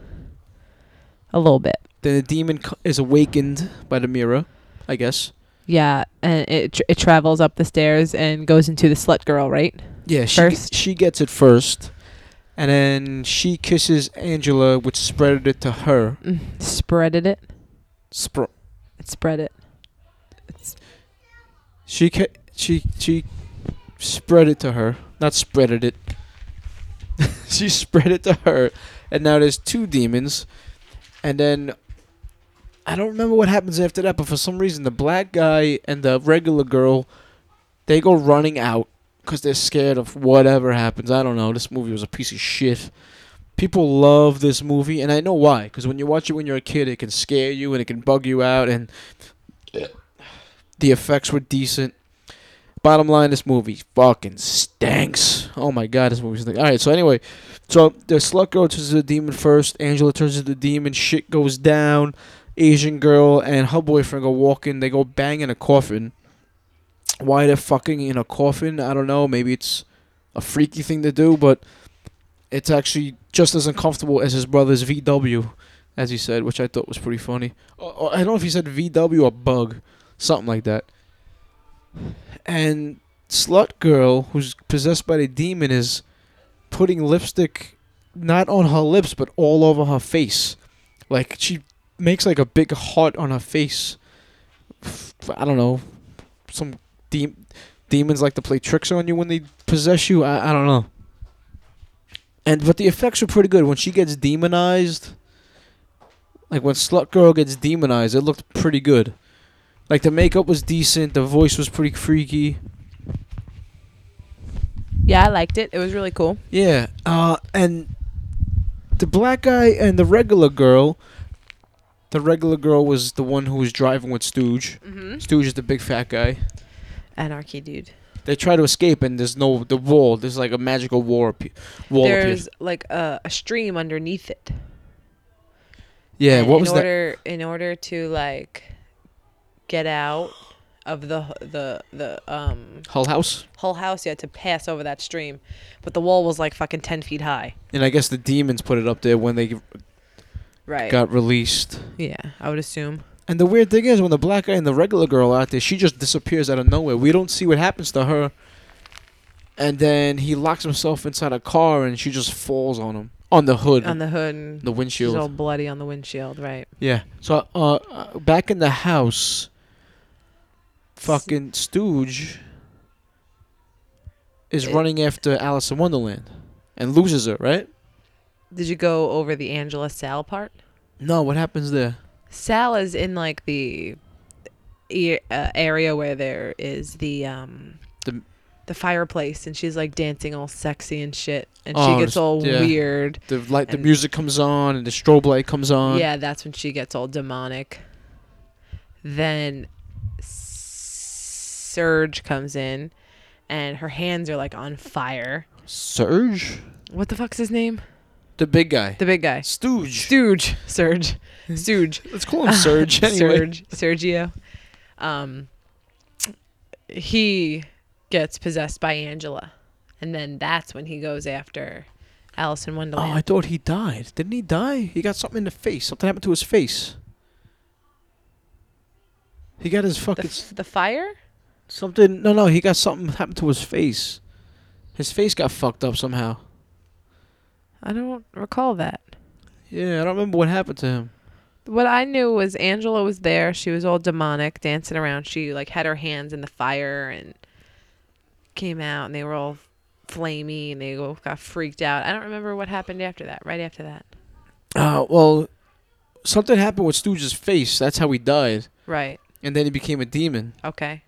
E: A little bit.
D: Then the demon co- is awakened by the mirror, I guess.
E: Yeah, and it tr- it travels up the stairs and goes into the slut girl, right?
D: Yeah, she g-
E: First.
D: she gets it first, and then she kisses Angela, which spreaded it to her.
E: Mm. Spreaded it.
D: Spr-
E: It spread it. It's
D: She ca- she she spread it to her, not spreaded it. she spread it to her, and now there's two demons, and then I don't remember what happens after that, but for some reason the black guy and the regular girl, they go running out because they're scared of whatever happens. I don't know. This movie was a piece of shit. People love this movie, and I know why. Because when you watch it when you're a kid, it can scare you and it can bug you out, and the effects were decent. Bottom line, this movie fucking stinks. Oh my god, this movie stinks. All right, so anyway, so the slut girl turns into the demon first. Angela turns into the demon. Shit goes down. Asian girl and her boyfriend go walking. They go bang in a coffin. Why they're fucking in a coffin? I don't know. Maybe it's a freaky thing to do, but it's actually just as uncomfortable as his brother's VW, as he said, which I thought was pretty funny. Or, or I don't know if he said VW or bug something like that. And slut girl, who's possessed by the demon, is putting lipstick not on her lips but all over her face. Like she makes like a big heart on her face. F- I don't know. Some de- demons like to play tricks on you when they possess you. I, I don't know. And but the effects were pretty good when she gets demonized. Like when slut girl gets demonized, it looked pretty good. Like the makeup was decent, the voice was pretty freaky.
E: yeah, I liked it. It was really cool.
D: Yeah, uh, and the black guy and the regular girl. The regular girl was the one who was driving with Stooge.
E: Mm-hmm.
D: Stooge is the big fat guy.
E: Anarchy, dude.
D: They try to escape, and there's no the wall. There's like a magical wall. Appe- wall appears.
E: There's like a, a stream underneath it.
D: Yeah,
E: And
D: what was
E: in
D: that?
E: order, In order to like get out of the the the um
D: Hull House.
E: whole house, you had to pass over that stream, but the wall was like fucking ten feet high.
D: And I guess the demons put it up there when they
E: Right.
D: got released.
E: Yeah, I would assume.
D: And the weird thing is, when the black guy and the regular girl are out there, she just disappears out of nowhere. We don't see what happens to her. And then he locks himself inside a car, and she just falls on him on the hood,
E: On the hood and
D: the
E: she's
D: windshield.
E: all bloody on the windshield, right?
D: yeah. So uh, uh, back in the house, fucking Stooge is
E: Eh.
D: running after Alice in Wonderland, and loses her. Right?
E: Did you go over the Angela Sal part?
D: No, what happens there?
E: Sal is in like the e- uh, area where there is the um
D: The-
E: the fireplace, and she's like dancing all sexy and shit, and
D: Oh,
E: she gets
D: just-
E: all
D: yeah.
E: weird.
D: The light, the
E: And-
D: music comes on, and the strobe light comes on.
E: Yeah, that's when she gets all demonic. Then Surge comes in, and her hands are like on fire.
D: Surge,
E: What the fuck's his name?
D: the big guy.
E: The big guy.
D: Stooge.
E: Stooge. Surge. Stooge.
D: Let's call him Surge anyway.
E: Serge, Sergio. Um, he gets possessed by Angela, and then that's when he goes after Alice in
D: Oh, I
E: Wonderland.
D: thought he died. Didn't he die? He got something in the face. Something happened to his face. He got his
E: the,
D: fucking
E: f- the fire?
D: something. No, no, he got something happened to his face. His face got fucked up somehow.
E: I don't recall that.
D: Yeah, I don't remember what happened to him.
E: What I knew was Angela was there. She was all demonic, dancing around. She like had her hands in the fire and came out, and they were all flamey, and they all got freaked out. I don't remember what happened after that. Right after that,
D: Uh, well, something happened with Stooge's face. That's how he died.
E: right?
D: And then he became a demon.
E: Okay.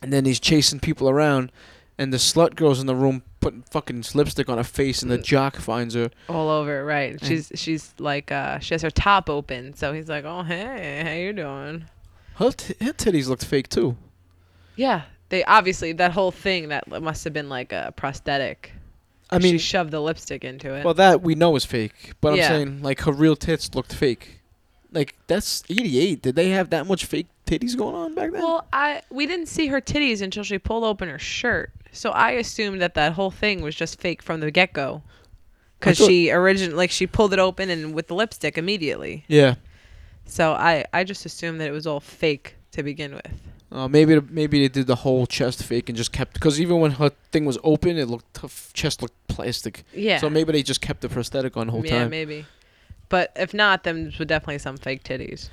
D: and then he's chasing people around, and the slut girl's in the room putting fucking lipstick on her face, and the jock finds her.
E: all over right she's she's like uh she has her top open so he's like oh hey how you doing
D: Her, t- her titties looked fake too.
E: yeah they obviously that whole thing that l- must have been like a prosthetic
D: I mean,
E: she shoved the lipstick into it
D: well, that we know is fake, but
E: Yeah.
D: I'm saying like her real tits looked fake. Like that's '88. Did they have that much fake titties going on back then?
E: well i we didn't see her titties until she pulled open her shirt so i assumed that that whole thing was just fake from the get-go because
D: thought-
E: she originally like she pulled it open and with the lipstick immediately
D: yeah.
E: so i i just assumed that it was all fake to begin with
D: Uh, maybe the- maybe they did the whole chest fake and just kept because even when her thing was open, it looked her f- chest looked plastic.
E: yeah
D: So maybe they just kept the prosthetic on the whole
E: yeah,
D: time.
E: maybe. But if not, then there were definitely some fake titties.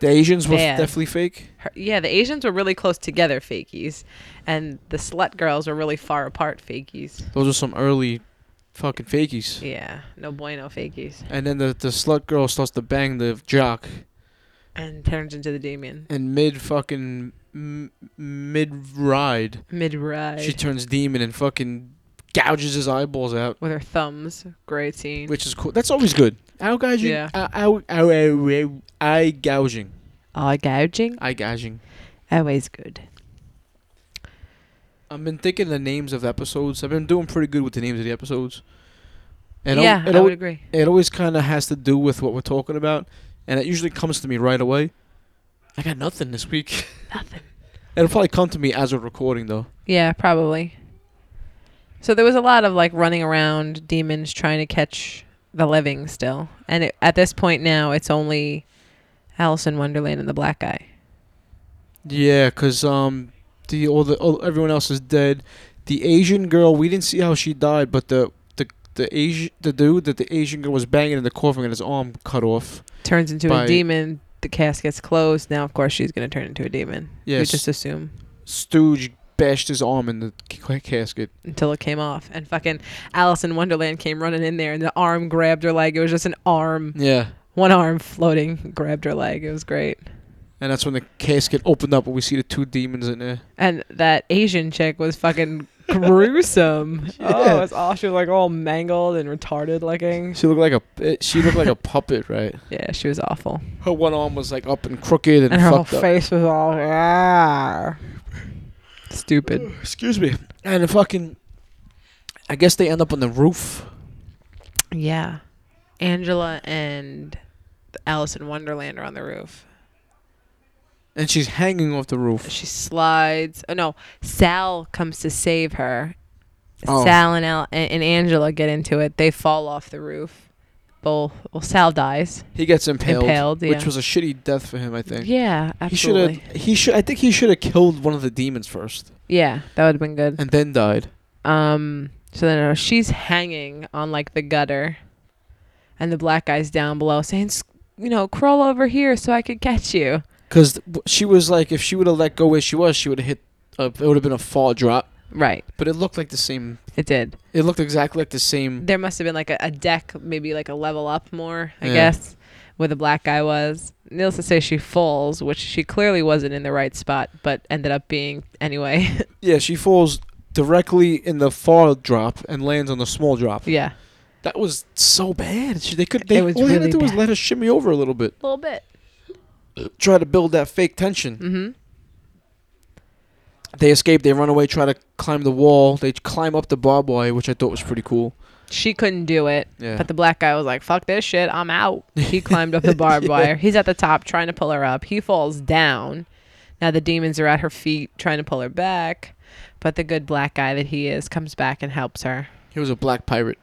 D: The Asians were
E: Bad.
D: definitely fake.
E: Her, yeah, the Asians were really close together, fakies, and the slut girls were really far apart, fakies.
D: Those are some early fucking fakies.
E: Yeah, no bueno, fakies,
D: And then the, the slut girl starts to bang the jock
E: and turns into the demon
D: and mid fucking m- mid ride
E: mid
D: she
E: ride
D: turns demon and fucking gouges his eyeballs out,
E: with her thumbs. Great scene.
D: which is cool. That's always good. Eye gouging. Uh,
E: Yeah.
D: Ow, ow, ow, ow, ow, eye gouging.
E: Eye gouging,
D: Eye gouging.
E: always good.
D: I've been thinking the names of episodes. I've been doing pretty good with the names of the episodes. And al-
E: yeah,
D: it
E: I
D: al-
E: would agree.
D: it always kind of has to do with what we're talking about, and it usually comes to me right away. I got nothing this week.
E: Nothing.
D: It'll probably come to me as a recording though.
E: Yeah, probably. So there was a lot of like running around demons trying to catch the living still. And it, at this point now, it's only Alice in Wonderland and the black guy.
D: Yeah, cause um, the all the all, everyone else is dead. The Asian girl, we didn't see how she died, but the the the Asian the dude that the Asian girl was banging in the coffin and his arm cut off.
E: Turns into
D: By-
E: a demon. The casket's closed. Now, of course, she's going to turn into a demon. You
D: Yes.
E: just assume
D: Stooge bashed his arm in the ca- casket.
E: until it came off. And fucking Alice in Wonderland came running in there and the arm grabbed her leg. It was just an arm,
D: Yeah,
E: one arm floating, grabbed her leg. It was great.
D: and that's when the casket opened up and we see the two demons in there.
E: And that Asian chick was fucking gruesome. Oh,
D: Yeah.
E: it was all she was like all mangled and retarded looking.
D: She looked like a eh, she looked like a puppet, right?
E: Yeah, she was awful.
D: Her one arm was like up and crooked and,
E: And her whole
D: fucked up.
E: face was all "Ah." stupid.
D: Excuse me. And the fucking, I guess they end up on the roof.
E: Yeah. Angela and Alice in Wonderland are on the roof.
D: And she's hanging off the roof.
E: She slides. Oh no, Sal comes to save her.
D: Oh.
E: Sal and, Al- and and Angela get into it. They fall off the roof. Both. Well, Sal dies.
D: He gets impaled,
E: Impaled,
D: which
E: yeah.
D: was a shitty death for him. I think.
E: Yeah,
D: He should have.
E: absolutely.
D: He should. I think he should have killed one of the demons first,
E: Yeah, that would have been good.
D: and then died.
E: Um, so then uh, she's hanging on like the gutter, and the black guy's down below saying, "S- you know, crawl over here so I could catch you.
D: Cause th- w- she was like, if she would have let go where she was, she would have hit. A, it would have been a fall drop.
E: Right,
D: But it looked like the same.
E: it did.
D: It looked exactly like the same.
E: There must have been like a, a deck, maybe like a level up more, I
D: Yeah.
E: guess, where the black guy was. Needless to say, she falls, which she clearly wasn't in the right spot, but ended up being anyway.
D: Yeah, she falls directly in the fall drop and lands on the small drop.
E: yeah,
D: That was so bad. She, they could. They,
E: It was
D: all they had to
E: really
D: do was
E: bad.
D: let her shimmy over a little bit.
E: a little bit.
D: Try to build that fake tension.
E: Mm-hmm.
D: They escape. They run away. Try to climb the wall. They climb up the barbed wire, which I thought was pretty cool.
E: she couldn't do it.
D: Yeah.
E: But the black guy was like, "Fuck this shit, I'm out." He climbed up the barbed wire. He's at the top trying to pull her up. He falls down. Now the demons are at her feet trying to pull her back, but the good black guy that he is comes back and helps her.
D: He was a black pirate.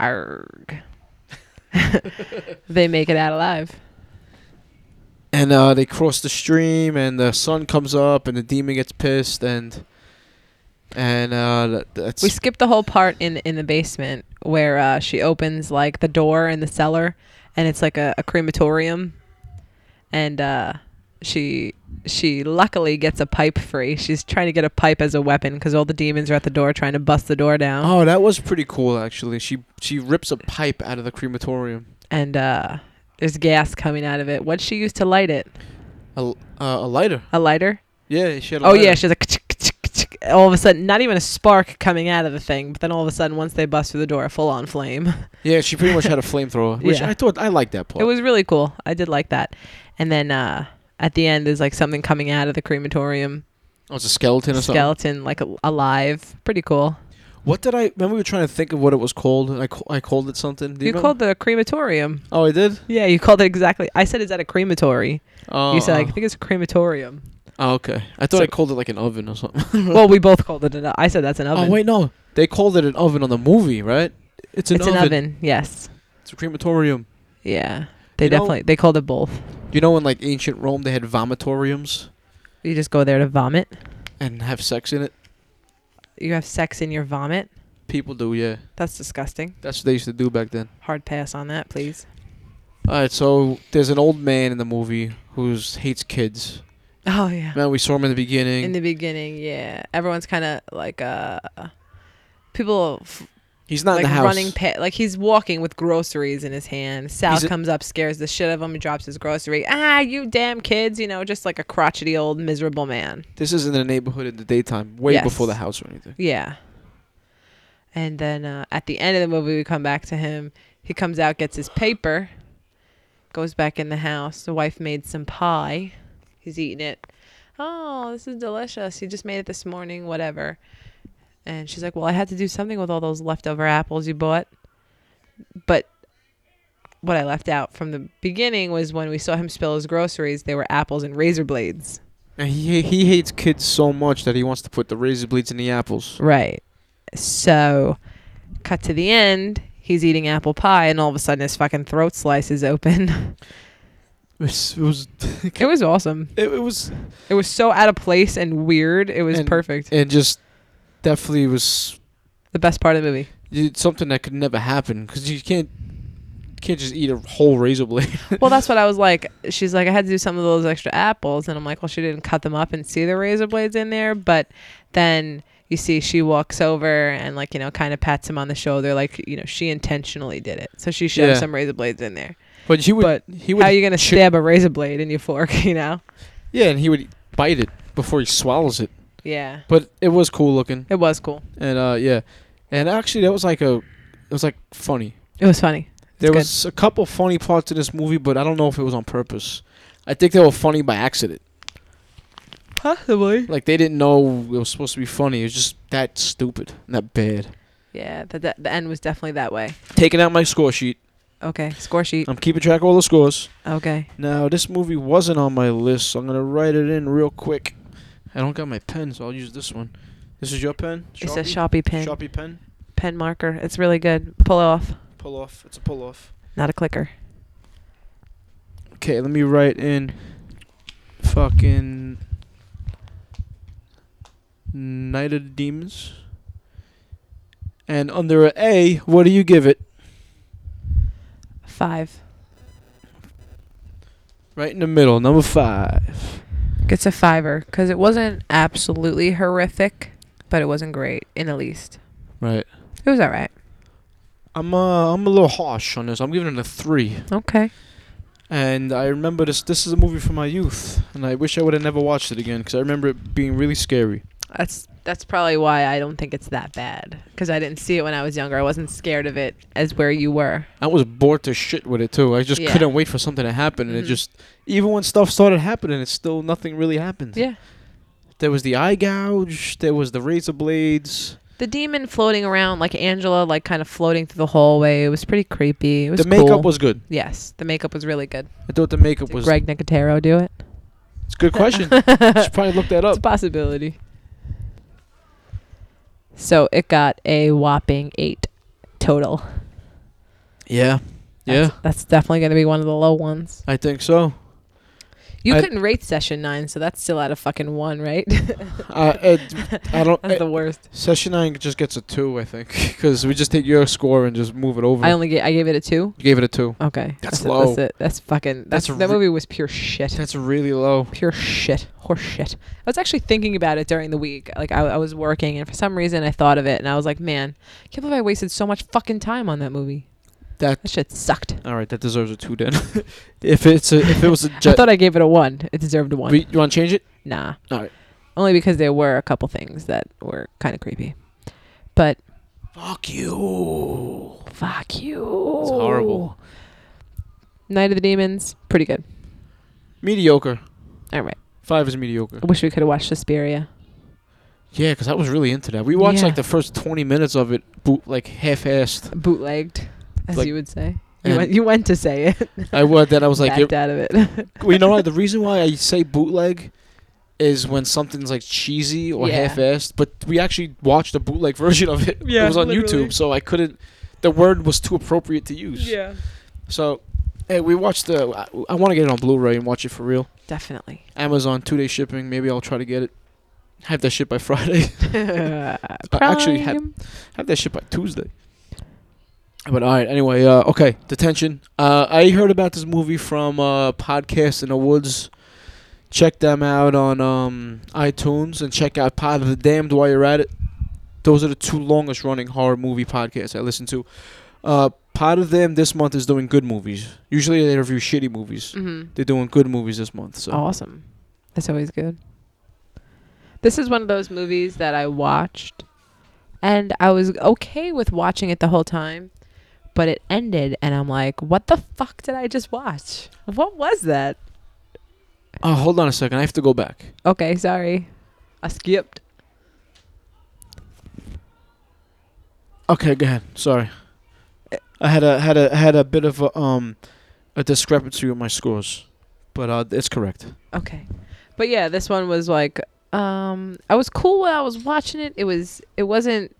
E: Arg. they make it out alive.
D: and uh, they cross the stream, and the sun comes up, and the demon gets pissed, and and uh, that- that's
E: We skipped the whole part in in the basement where uh, she opens like the door in the cellar, and it's like a, a crematorium, and uh, she she luckily gets a pipe free. She's trying to get a pipe as a weapon because all the demons are at the door trying to bust the door down,
D: oh, that was pretty cool actually. She she rips a pipe out of the crematorium,
E: and uh, there's gas coming out of it. What she used to light it?
D: a, l- uh, a lighter.
E: A lighter?
D: Yeah, she had. A
E: Oh
D: lighter.
E: yeah, she's like. All of a sudden, not even a spark coming out of the thing, but then all of a sudden, once they bust through the door, full on flame.
D: yeah. She pretty much had a flamethrower, which
E: Yeah.
D: I thought I liked that part.
E: It was really cool. I did like that. And then uh, at the end, there's like something coming out of the crematorium
D: oh, it's a skeleton or something.
E: skeleton, like a, alive. Pretty cool.
D: What did I? Remember we were trying to think of what it was called. and I ca- I called it something. Do
E: You,
D: remember?
E: called the crematorium.
D: Oh, I did.
E: Yeah, you called it exactly. I said, "Is that a crematory?"
D: Oh,
E: you said, "I
D: oh.
E: think it's a crematorium."
D: Oh, okay. I thought
E: So-
D: I called it like an oven or something.
E: well, we both called it an. o- I said that's an oven.
D: Oh wait, no. They called it an oven on the movie, right? It's an,
E: it's
D: oven.
E: an oven. Yes.
D: It's a crematorium.
E: Yeah. They
D: You know-
E: definitely they called it both.
D: You know, in like ancient Rome, they had vomitoriums
E: You just go there to vomit.
D: and have sex in it.
E: You have sex in your vomit.
D: People do, yeah.
E: That's disgusting.
D: That's what they used to do back then.
E: Hard pass on that, please.
D: All right, so there's an old man in the movie who hates kids.
E: Oh yeah.
D: Man, we saw him in the beginning.
E: in the beginning yeah everyone's kind of like uh people f-
D: He's not
E: like
D: in the house.
E: running pa- like he's walking with groceries in his hand sal
D: He's a-
E: comes up scares the shit out of him and drops his grocery ah you damn kids you know just like a crotchety old miserable man
D: this is in the neighborhood in the daytime, way
E: Yes.
D: before the house or anything.
E: yeah and then uh, at the end of the movie we come back to him he comes out gets his paper goes back in the house the wife made some pie he's eating it oh this is delicious he just made it this morning whatever and she's like well i had to do something with all those leftover apples you bought but what i left out from the beginning was when we saw him spill his groceries they were apples and razor blades
D: And he he hates kids so much that he wants to put the razor blades in the apples.
E: right so cut to the end he's eating apple pie and all of a sudden his fucking throat slices open
D: It was it was,
E: it was awesome
D: it, it was
E: it was so out of place and weird it was
D: And-
E: perfect
D: and just definitely was
E: the best part of the movie
D: you- something that could never happen because you can't you can't just eat a whole razor blade.
E: Well, that's what I was like. She's like, I had to do some of those extra apples, and I'm like, well, she didn't cut them up and see the razor blades in there. But then you see she walks over and like you know kind of pats him on the shoulder, like you know she intentionally did it, so she should
D: Yeah.
E: have some razor blades in there.
D: but he would.
E: but
D: he would.
E: How are you gonna
D: chew-
E: stab a razor blade in your fork? You know?
D: Yeah, and he would bite it before he swallows it.
E: Yeah,
D: But it was cool looking,
E: it was cool.
D: and uh, yeah, and actually that was like a, it was like funny.
E: It was funny.
D: There
E: good.
D: was a couple funny parts in this movie, but I don't know if it was on purpose. I think they were funny by accident.
E: Possibly.
D: Like they didn't know it was supposed to be funny. It was just that stupid, and that bad.
E: Yeah, the, the the end was definitely that way.
D: Taking out my score sheet.
E: Okay, score sheet.
D: I'm keeping track of all the scores.
E: Okay.
D: Now, this movie wasn't on my list, so I'm gonna write it in real quick. I don't got my pen, so I'll use this one. This is your pen?
E: It's a Sharpie pen,
D: Sharpie pen.
E: pen marker. It's really good. Pull off,
D: Pull off. It's a pull off.
E: not a clicker.
D: Okay, let me write in fucking Night of the Demons. And under a A, what do you give it?
E: Five.
D: Right in the middle, number five.
E: It's a fiver because it wasn't absolutely horrific, but it wasn't great in the least.
D: Right.
E: It was all right.
D: I'm uh, I'm a little harsh on this. I'm giving it a three.
E: Okay.
D: And I remember this. This is a movie from my youth, and I wish I would have never watched it again because I remember it being really scary.
E: That's that's probably why I don't think it's that bad because I didn't see it when I was younger. I wasn't scared of it as where you were.
D: I was bored to shit with it too. I just
E: Yeah. Mm-hmm.
D: couldn't wait for something to happen, and it just even when stuff started happening, it still nothing really happened.
E: Yeah.
D: There was the eye gouge. There was the razor blades.
E: The demon floating around like Angela, like kind of floating through the hallway. It was pretty creepy. It was
D: the makeup
E: cool.
D: was good.
E: yes. The makeup was really good.
D: I thought the makeup
E: Did
D: was.
E: Greg Nicotero do it?
D: It's a good question. should probably look that
E: It's a
D: up.
E: possibility. So it got a whopping eight total.
D: Yeah. Yeah.
E: That's, that's definitely going to be one of the low ones.
D: I think so.
E: You
D: I-
E: couldn't rate session nine, so that's still out of fucking one, right?
D: I I, Uh, I don't.
E: that's
D: I,
E: the worst.
D: session nine just gets a two, I think, because we just take your score and just move it over.
E: I only gave I gave it a two.
D: you gave it a two.
E: Okay,
D: Mm. That's
E: it,
D: low.
E: that's it. That's fucking.
D: That's
E: That's, that
D: re-
E: movie was pure shit.
D: That's really low.
E: pure shit, horse shit. I was actually thinking about it during the week. Like I, I was working, and for some reason I thought of it, and I was like, man, I can't believe I wasted so much fucking time on that movie.
D: That
E: That shit sucked.
D: all right. That deserves a two then. if it's a, if it was a
E: I
D: ju-
E: thought I gave it a one. It deserved a one.
D: we, you want to change it?
E: nah.
D: All right.
E: Only because there were a couple things that were kind of creepy. But
D: Fuck you.
E: fuck you. It's
D: horrible.
E: Night of the Demons, pretty good.
D: Mediocre.
E: All right.
D: Five is mediocre.
E: I wish we could have watched Suspiria.
D: Yeah, because I was really into that. We watched
E: Yeah.
D: like the first twenty minutes of it, boot like half-assed.
E: Bootlegged, as
D: Like-
E: you would say.
D: and-
E: You went, you went to say it.
D: I was that I was like,
E: backed out of it.
D: Well, you know what? The reason why I say bootleg is when something's like cheesy or
E: Yeah.
D: half-assed. But we actually watched a bootleg version of it. it
E: Yeah,
D: was on
E: literally.
D: YouTube, so I couldn't. The word was too appropriate to use. So, hey, we watched the. I, I want to get it on Blu-ray and watch it for real.
E: Definitely.
D: Amazon two-day shipping. Maybe I'll try to get it. Have that shit by Friday. actually had-
E: Uh, Prime.
D: have that shit by Tuesday. But all right. Anyway, uh, okay. Detention. Uh, I heard about this movie from uh, podcast in the woods. Check them out on um, iTunes and check out Pod of the Damned while you're at it. Those are the two longest running horror movie podcasts I listen to. Uh, Pod of them this month is doing good movies. Usually they review shitty movies.
E: Mhm.
D: They're doing good movies this month. So
E: Awesome. That's always good. This is one of those movies that I watched, and I was okay with watching it the whole time, but it ended, and I'm like, "What the fuck did I just watch? What was that?"
D: oh, hold on a second. I have to go back.
E: Okay, sorry, I skipped.
D: Okay, go ahead. Sorry, I had a had a had a bit of a, um a discrepancy with my scores, but uh, it's correct.
E: Okay. But yeah, this one was like um I was cool while I was watching it. It was it wasn't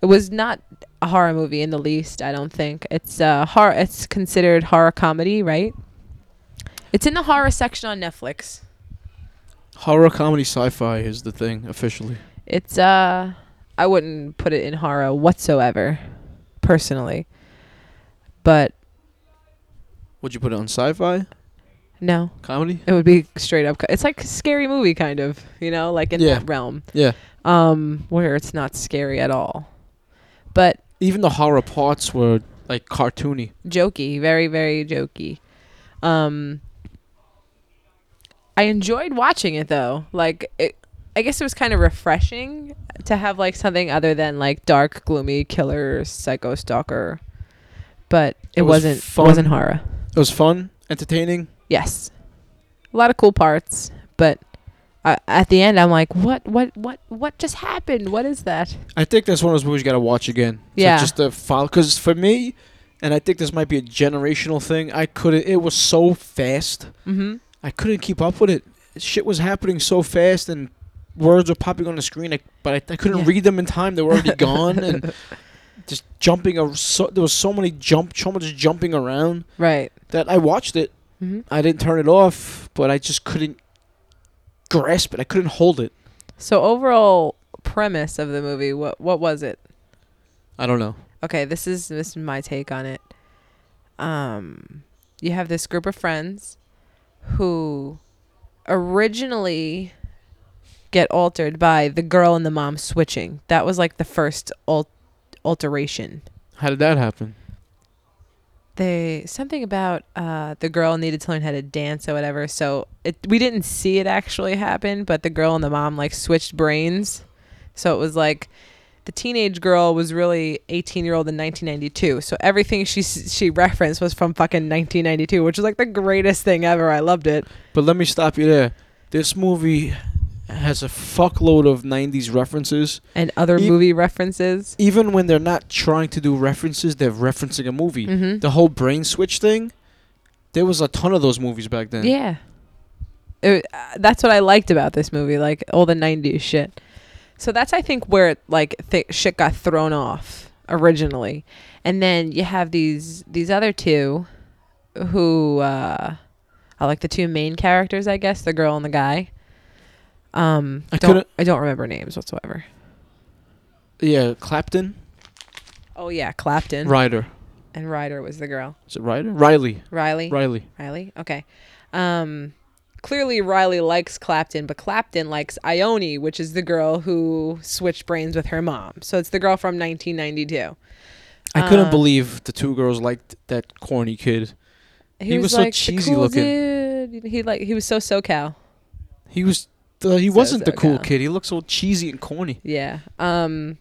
E: it was not a horror movie in the least, I don't think. It's uh horror it's considered horror comedy, right? It's in the horror section on Netflix.
D: Horror comedy sci-fi is the thing officially.
E: It's uh I wouldn't put it in horror whatsoever personally. But
D: Would you put it on sci-fi
E: no,
D: comedy?
E: it would be straight up co- it's like a scary movie kind of, you know, like in
D: Yeah.
E: that realm
D: Yeah.
E: um where it's not scary at all. But
D: Even the horror parts were like cartoony.
E: jokey, very very jokey. Um I enjoyed watching it though. Like it, I guess it was kind of refreshing to have like something other than like dark, gloomy killer psycho stalker. But it,
D: It was
E: wasn't
D: fun.
E: it wasn't horror.
D: It was fun, entertaining.
E: Yes. A lot of cool parts, but uh, at the end I'm like, "What what what what just happened? What is that?"
D: I think that's one of those movies you gotta watch again. So
E: Yeah.
D: Just to follow, because for me, and I think this might be a generational thing. I couldn't. It was so fast.
E: Mhm.
D: I couldn't keep up with it. Shit was happening so fast, and words were popping on the screen, I, but I, I couldn't
E: Yeah.
D: read them in time. They were already gone, and just jumping. ar- So, there was so many jump, so much jumping around
E: Right.
D: that I watched it.
E: Mhm.
D: I didn't turn it off, but I just couldn't grasp it. I couldn't hold it.
E: So overall premise of the movie, what what was it?
D: I don't know.
E: okay this is this is my take on it um you have this group of friends who originally get altered by the girl and the mom switching that was like the first alt- alteration
D: How did that happen?
E: they something about uh, the girl needed to learn how to dance or whatever. So it we didn't see it actually happen, but the girl and the mom like switched brains. So it was like the teenage girl was really 18 year old in 1992. So everything she s- she referenced was from fucking 1992, which is like the greatest thing ever. I loved it.
D: But let me stop you there. This movie has a fuckload of 90s references.
E: And other
D: Ev-
E: movie references.
D: Even when they're not trying to do references, they're referencing a movie.
E: Mhm.
D: The whole brain switch thing, there was a ton of those movies back then.
E: Yeah. It, uh, that's what I liked about this movie, like all the 90s shit. So that's I think where like th- shit got thrown off originally. and then you have these these other two, who uh, are like the two main characters, I guess, the girl and the guy. Um,
D: I
E: don't
D: couldn't-
E: I don't remember names whatsoever.
D: Yeah, Clapton,
E: Oh yeah, Clapton
D: Ryder.
E: and Ryder was the girl.
D: Is it Ryder? Riley.
E: Riley.
D: Riley.
E: Riley. Okay. Um, clearly Riley likes Clapton, but Clapton likes Ione, which is the girl who switched brains with her mom. So it's the girl from 1992.
D: I
E: Uh,
D: couldn't believe the two girls liked that corny kid. He was so
E: like the
D: cheesy
E: cool
D: looking.
E: Dude. He like he was so SoCal.
D: He was. The, he wasn't the
E: so
D: cool
E: dumb.
D: kid. He looked so cheesy and corny.
E: Yeah. Um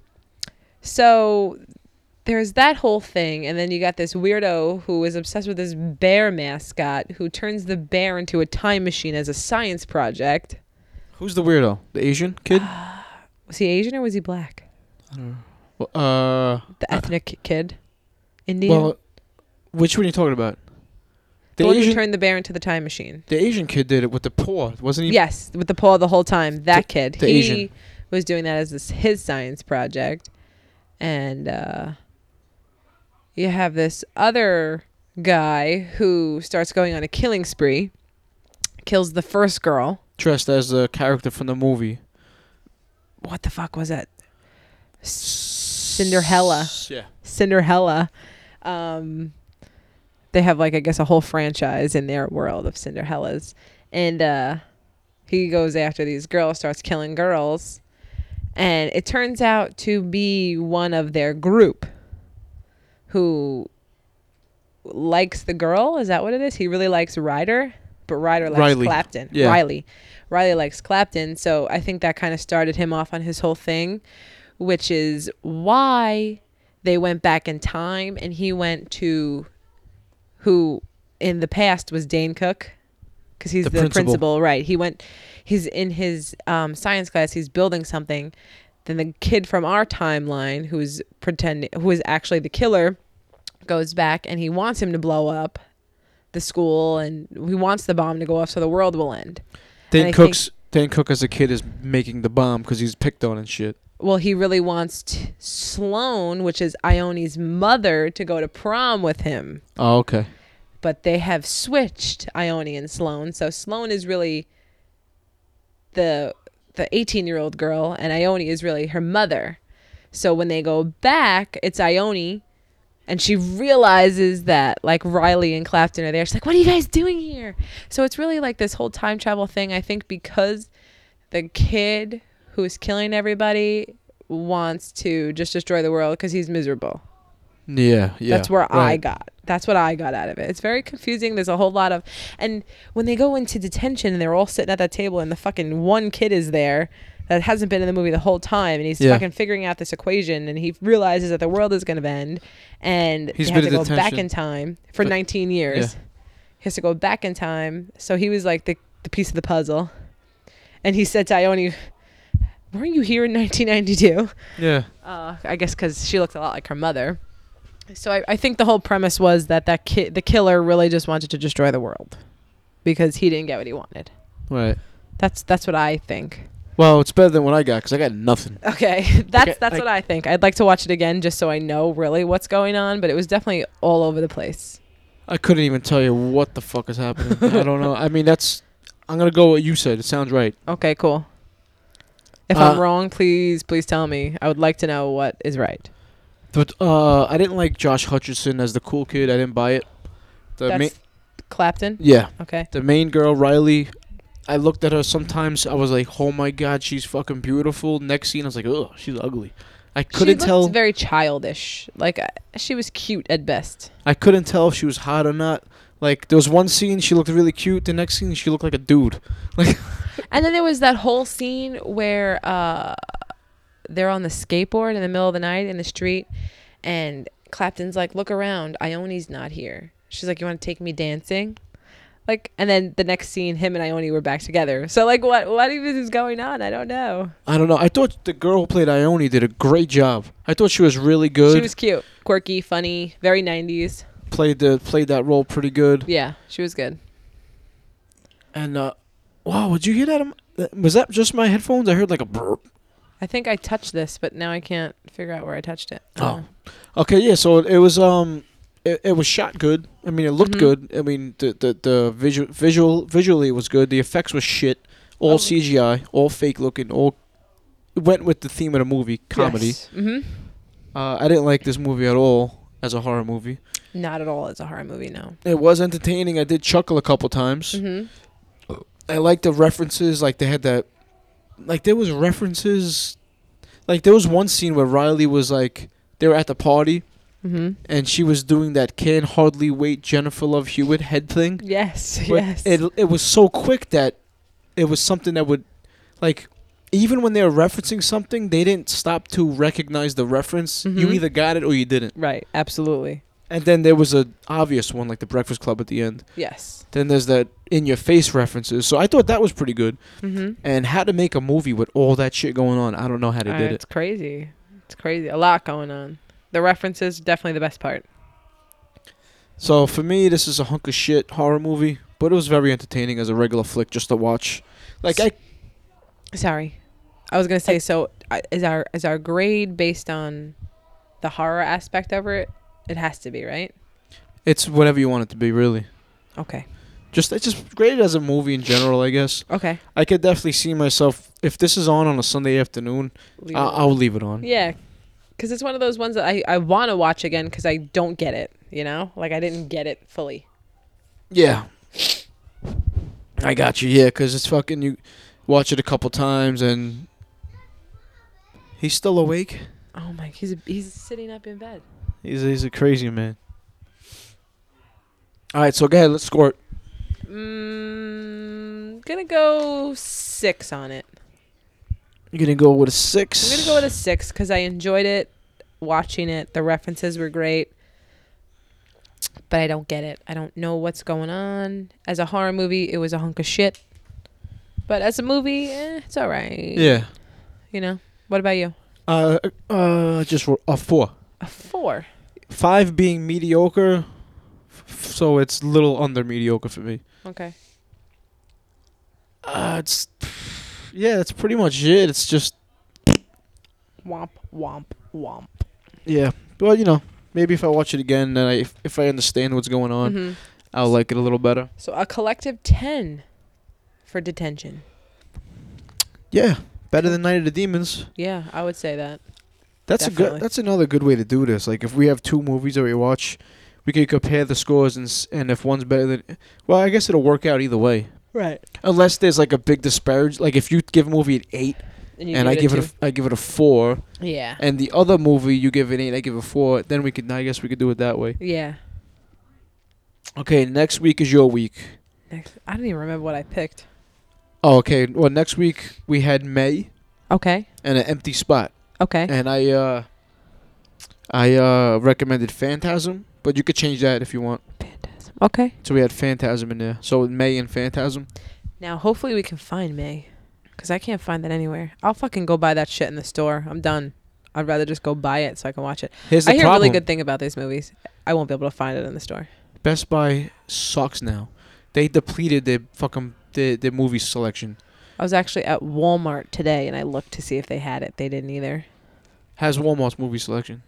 E: so there's that whole thing and then you got this weirdo who is obsessed with this bear mascot who turns the bear into a time machine as a science project.
D: Who's the weirdo? The Asian kid?
E: Uh, Was he Asian or was he black?
D: Well, uh,
E: The ethnic kid? Indian?
D: well, which one are you talking about?
E: the
D: The
E: one who
D: Asian,
E: turned the bear into the time machine.
D: the Asian kid did it with the paw, wasn't he?
E: Yes, with the paw the whole time. That kid.
D: the
E: he
D: Asian.
E: was doing that as this, his science project. And uh, you have this other guy who starts going on a killing spree, kills the first girl.
D: Dressed as a character from the movie.
E: What the fuck was that? Cinderella.
D: Yeah.
E: Cinderella. Um, they have like I guess a whole franchise in their world of Cinderellas, and uh, he goes after these girls, starts killing girls, and it turns out to be one of their group who likes the girl. Is that what it is? He really likes Ryder, but Ryder likes
D: Riley.
E: Clapton.
D: Yeah.
E: Riley. Riley likes Clapton, so I think that kind of started him off on his whole thing, which is why they went back in time and he went to who in the past was Dane Cook because he's
D: The
E: the,
D: principal.
E: principal. right? He went he's in his um, science class, he's building something. Then the kid from our timeline who's pretending who is actually the killer goes back and he wants him to blow up the school and he wants the bomb to go off so the world will end.
D: Dan
E: I think-
D: Cook's Dan Cook as a kid is making the bomb because he's picked on and shit.
E: well, he really wants t- Sloane, which is Ione's mother, to go to prom with him.
D: Oh, okay.
E: But they have switched Ione and Sloane. So Sloane is really the the 18-year-old girl and Ione is really her mother. So when they go back, it's Ione and she realizes that like Riley and Clapton are there. She's like, "What are you guys doing here?" So it's really like this whole time travel thing. I think because the kid who is killing everybody wants to just destroy the world because he's miserable.
D: Yeah, yeah.
E: That's where I
D: right.
E: got. That's what I got out of it. It's very confusing. There's a whole lot of, and when they go into detention and they're all sitting at that table and the fucking one kid is there that hasn't been in the movie the whole time and he's
D: Yeah.
E: fucking figuring out this equation and he realizes that the world is going to end and
D: He's
E: he has
D: been
E: to
D: in
E: go back
D: detention
E: in time for
D: for-
E: 19 years.
D: yeah.
E: He has to go back in time. So he was like the, the piece of the puzzle. And he said to Ione, weren't you here in 1992?
D: Yeah.
E: uh, I guess because she looked a lot like her mother. So I, I think the whole premise was that that ki- the killer really just wanted to destroy the world because he didn't get what he wanted.
D: Right.
E: That's that's what I think.
D: Well, it's better than what I got because I got nothing.
E: Okay, that's
D: Okay,
E: that's
D: I-
E: what I think. I'd like to watch it again just so I know really what's going on, but it was definitely all over the place.
D: I couldn't even tell you what the fuck is happening. I don't know. I mean, that's. I'm gonna go what you said. It sounds right.
E: Okay, cool. If I'm
D: Uh,
E: wrong, please please tell me. I would like to know what is right.
D: But uh, I didn't like Josh Hutcherson as the cool kid. I didn't buy it. The
E: That's
D: main,
E: Clapton.
D: Uh, yeah,
E: Okay.
D: the main girl Riley. I looked at her sometimes. I was like, "Oh my god, she's fucking beautiful." Next scene, I was like, "Oh, she's ugly." I
E: she
D: couldn't
E: looked
D: tell.
E: Very childish. Like uh, she was cute at best.
D: I couldn't tell if she was hot or not. Like there was one scene she looked really cute. The next scene she looked like a dude. Like
E: And then there was that whole scene where uh, they're on the skateboard in the middle of the night in the street, and Clapton's like, "Look around, Ione's not here." She's like, "You want to take me dancing?" Like, and then the next scene, him and Ione were back together. So like, what what even is going on? I don't know.
D: I don't know. I thought the girl who played Ione did a great job. I thought she was really good.
E: She was cute, quirky, funny, very '90s.
D: played the played that role pretty good.
E: Yeah, she was good.
D: And uh, wow, did you hear that? Um, uh, Was that just my headphones? I heard like a burp.
E: I think I touched this, but now I can't figure out where I touched it.
D: Oh. Okay, yeah. So it, it was um, it, it was shot good. I mean, it looked
E: Mhm.
D: good. I mean, the the the visual visual visually it was good. The effects were shit. All
E: Oh.
D: CGI, all fake looking. All it went with the theme of the movie, comedy.
E: hmm
D: Uh, I didn't like this movie at all as a horror movie.
E: Not at all. It's a horror movie. No.
D: It was entertaining. I did chuckle a couple times.
E: hmm
D: I liked the references. Like they had that. Like there was references. Like there was one scene where Riley was like they were at the party
E: hmm
D: and she was doing that can hardly wait Jennifer Love Hewitt head thing.
E: Yes.
D: But
E: yes.
D: It it was so quick that it was something that would like even when they were referencing something, they didn't stop to recognize the reference. You
E: Mhm.
D: either got it or you didn't.
E: right. Absolutely.
D: And then there was a obvious one like the Breakfast Club at the end.
E: Yes.
D: Then there's that in your face references. So I thought that was pretty good.
E: hmm
D: And how to make a movie with all that shit going on, I don't know how they did it.
E: Uh, It's crazy. It's crazy. A lot going on. The references definitely the best part.
D: So for me, this is a hunk of shit horror movie, but it was very entertaining as a regular flick just to watch. Like I
E: Sorry, I was gonna say. so I- is our is our grade based on the horror aspect of it? It has to be right.
D: It's whatever you want it to be, really.
E: Okay.
D: Just it's just graded as a movie in general, I guess.
E: Okay.
D: I could definitely see myself if this is on on a Sunday afternoon.
E: Leave
D: I-
E: it.
D: I'll leave it on.
E: Yeah, because it's one of those ones that I, I want to watch again because I don't get it. You know, like I didn't get it fully.
D: Yeah. I got you. Yeah, 'cause it's fucking you. Watch it a couple times and he's still awake.
E: Oh my, he's he's sitting up in bed.
D: He's he's a crazy man. All right, so go ahead. Let's score it.
E: Mm, gonna go six on it.
D: You're gonna go with a six.
E: I'm gonna go with a six because I enjoyed it, watching it. The references were great, but I don't get it. I don't know what's going on. As a horror movie, it was a hunk of shit. But as a movie, eh, it's all right.
D: yeah.
E: You know. What about you?
D: Uh, uh, just ro- a four.
E: A four.
D: five being mediocre, f- so it's little under mediocre for me.
E: Okay.
D: Uh, it's yeah, that's pretty much it. It's just
E: Womp womp womp.
D: yeah, well you know maybe if I watch it again and I if, if I understand what's going on,
E: Mhm.
D: I'll like it a little better.
E: So a collective ten for detention.
D: Yeah, better than Night of the Demons.
E: Yeah, I would say that.
D: That's a
E: Definitely.
D: good. That's another good way to do this. Like if we have two movies that we watch, we could compare the scores and s- and if one's better than, well I guess it'll work out either way.
E: Right.
D: Unless there's like a big disparage, like if you give a movie an eight
E: And,
D: and I give it a, f- I give it a four,
E: two. yeah.
D: and the other movie you give it eight, I give it four. Then we could, I guess, we could do it that way.
E: Yeah.
D: Okay, next week is your week.
E: Next, I don't even remember what I picked.
D: Oh, okay. Well, next week we had May
E: Okay.
D: and an empty spot,
E: Okay.
D: and I, uh, I uh, recommended Phantasm, but you could change that if you want.
E: Phantasm. Okay.
D: So we had Phantasm in there. So May and Phantasm.
E: Now, hopefully, we can find May, because I can't find that anywhere. I'll fucking go buy that shit in the store. I'm done. I'd rather just go buy it so I can watch it.
D: Here's the
E: I hear a
D: problem.
E: really good thing about these movies. I won't be able to find it in the store.
D: Best Buy sucks now. They depleted their fucking their, their movie selection.
E: I was actually at Walmart today and I looked to see if they had it. They didn't either.
D: Has Walmart's movie selection.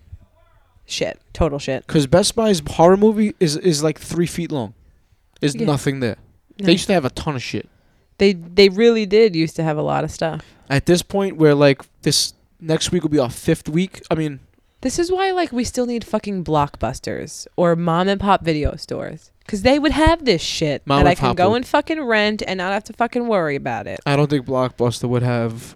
E: Shit. Total shit.
D: Because Best Buy's horror movie is is like three feet long. There's
E: Yeah.
D: nothing there.
E: No.
D: They used to have a ton of shit.
E: They they really did used to have a lot of stuff.
D: At this point, where like this next week will be our fifth week. I mean,
E: This is why like we still need fucking blockbusters or mom and pop video stores. Cause they would have this shit
D: Mom
E: that I
D: and
E: can
D: pop
E: go
D: would.
E: and fucking rent and not have to fucking worry about it.
D: I don't think Blockbuster would have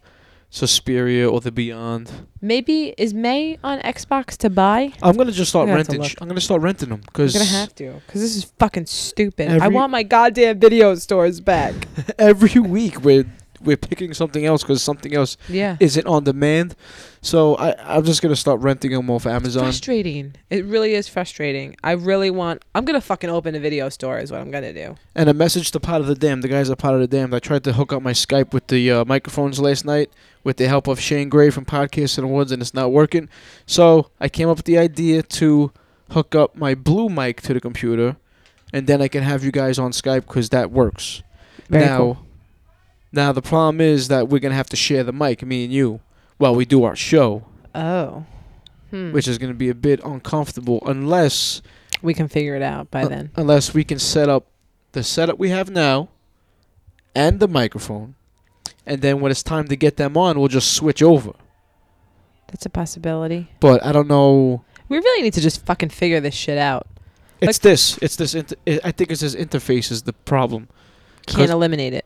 D: Suspiria or The Beyond.
E: Maybe is May on Xbox to buy?
D: I'm gonna just start
E: I'm gonna have to
D: renting.
E: look.
D: sh- I'm gonna start renting them
E: I'm
D: because
E: gonna have to, cause this is fucking stupid. I
D: Every-
E: want my goddamn video stores back.
D: every week we're we're picking something else because something else
E: yeah, it's
D: isn't on demand. So I I'm just gonna start renting them off Amazon.
E: frustrating. It really is frustrating. I really want. I'm gonna fucking open a video store. Is what I'm gonna do.
D: And a message to Pot of the Dam, the guys at Pot of the Dam. I tried to hook up my Skype with the uh, microphones last night with the help of Shane Gray from Podcasts and Awards, and it's not working. So I came up with the idea to hook up my blue mic to the computer, and then I can have you guys on Skype because that works. now, now the problem is that we're gonna have to share the mic, me and you, Well, we do our show,
E: Oh, hmm.
D: which is going to be a bit uncomfortable unless
E: we can figure it out by
D: un-
E: then.
D: unless we can set up the setup we have now and the microphone, and then when it's time to get them on, we'll just switch over.
E: That's a possibility.
D: But I don't know.
E: We really need to just fucking figure this shit out.
D: It's this. It's this. Inter- I I think it's this interface is the problem.
E: Can't
D: 'Cause-
E: eliminate it.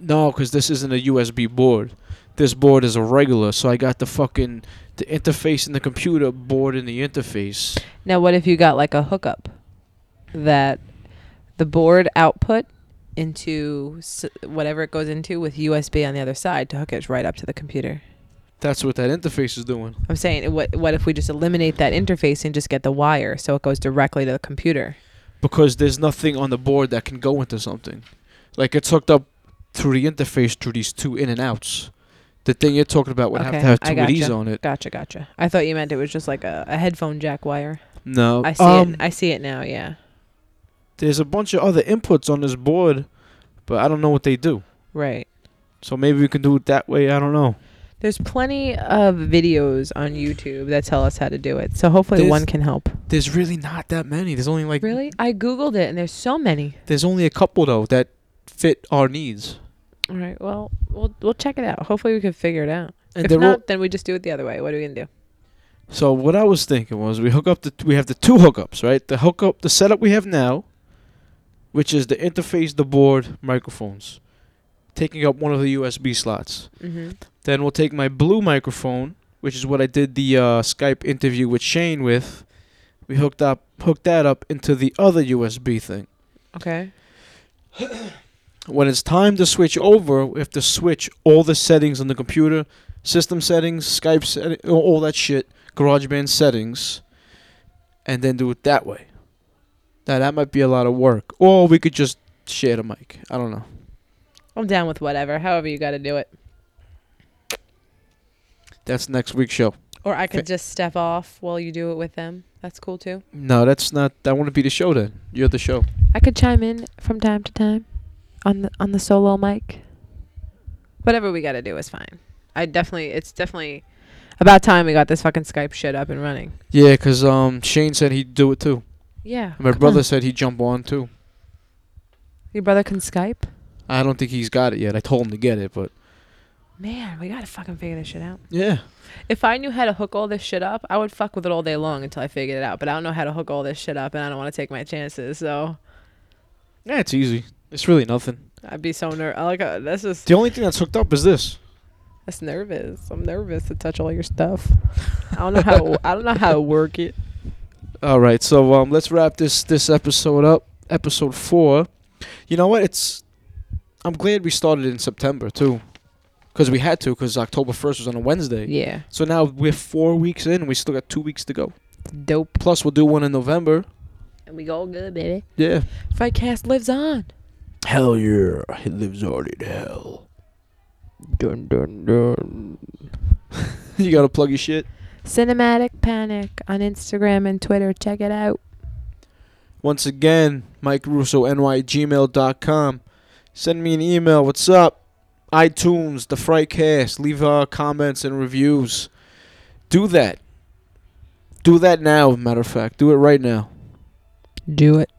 D: No, because this isn't a USB board. This board is a regular, so I got the fucking the interface in the computer board in the interface.
E: Now, what if you got like a hookup that the board output into s- whatever it goes into with USB on the other side to hook it right up to the computer?
D: That's what that interface is doing.
E: I'm saying, what what if we just eliminate that interface and just get the wire so it goes directly to the computer?
D: Because there's nothing on the board that can go into something. Like it's hooked up through the interface through these two in and outs. The thing you're talking about would have to have two of these on it.
E: Gotcha, gotcha. I thought you meant it was just like a, a headphone jack wire.
D: No,
E: I see
D: um,
E: it. I see it now. Yeah,
D: there's a bunch of other inputs on this board, but I don't know what they do.
E: right.
D: So maybe we can do it that way. I don't know.
E: There's plenty of videos on YouTube that tell us how to do it. So hopefully
D: There's-
E: one can help.
D: There's really not that many. There's only like
E: Really? I googled it and there's so many.
D: There's only a couple though that fit our needs.
E: All right. Well, we'll we'll check it out. Hopefully we can figure it out.
D: And
E: if
D: they're
E: not, then we just do it the other way. What are we gonna do?
D: all, so what I was thinking was we hook up the we have the two hookups, right? The hookup, the setup we have now, which is the interface, the board, microphones, taking up one of the USB slots.
E: Mm-hmm.
D: Then we'll take my blue microphone, which is what I did the uh, Skype interview with Shane with. We hooked up hooked that up into the other USB thing.
E: Okay.
D: when it's time to switch over, we have to switch all the settings on the computer, system settings, Skype settings, all that shit, GarageBand settings, and then do it that way. Now that might be a lot of work, or we could just share the mic. I don't know.
E: I'm down with whatever. However you got to do it.
D: That's next week's show.
E: Or I
D: could
E: could just step off while you do it with them. That's cool too.
D: No, that's not. That wouldn't be the show then. You're the show.
E: I could chime in from time to time on the on the solo mic. Whatever we got to do is fine. I definitely it's definitely about time we got this fucking Skype shit up and running.
D: Yeah, 'cause um, Shane said he'd do it too.
E: Yeah.
D: My
E: come
D: brother
E: on.
D: said he'd jump on too.
E: Your brother can Skype?
D: I don't think he's got it yet. I told him to get it, but
E: Man, we got to fucking figure this shit out.
D: yeah.
E: If I knew how to hook all this shit up, I would fuck with it all day long until I figured it out. But I don't know how to hook all this shit up, and I don't want to take my chances. So
D: Yeah, it's easy. It's really nothing.
E: I'd be so nervous. Like uh, this is
D: The only thing that's hooked up is this.
E: that's nervous. I'm nervous to touch all your stuff. I don't know how I don't know how to work it.
D: All right, so um, let's wrap this this episode up. Episode four. You know what? It's I'm glad we started in September too, because we had to. Because October first was on a Wednesday.
E: Yeah,
D: So now we're four weeks in. and We still got two weeks to go.
E: dope.
D: Plus, we'll do one in November.
E: And we go good, baby.
D: Yeah.
E: Fightcast lives on.
D: Hell yeah! It lives hard in hell.
E: Dun dun dun.
D: you gotta plug your shit.
E: Cinematic Panic on Instagram and Twitter. Check it out.
D: Once again, Mike Russo, ny at gmail.com. Send me an email. What's up? iTunes, The Frightcast. Leave uh, comments and reviews. Do that. Do that now, matter of fact. Do it right now.
E: Do it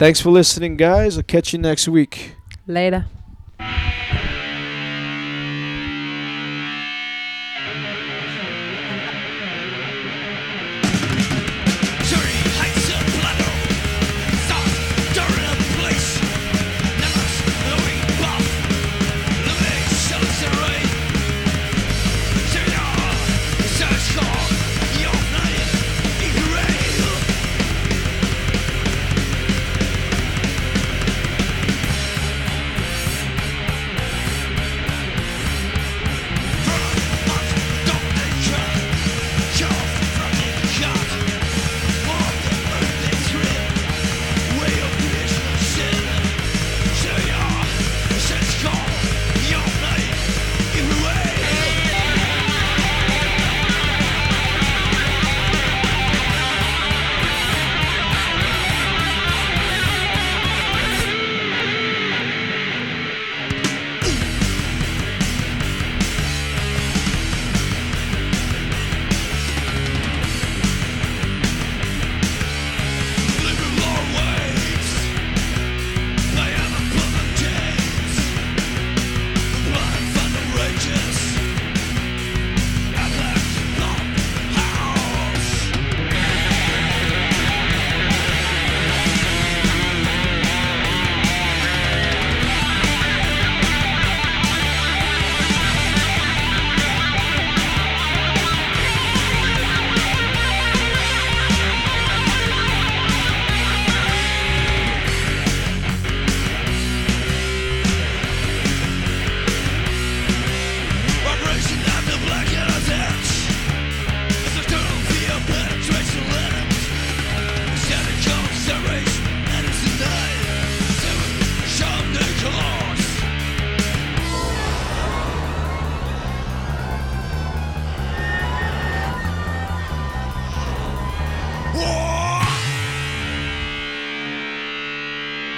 D: Thanks for listening, guys. I'll catch you next week.
E: later.
G: Dirty heights of Plato Stars during a place Numbers lowering buff Limited shows and rain Signal Search for your name Israel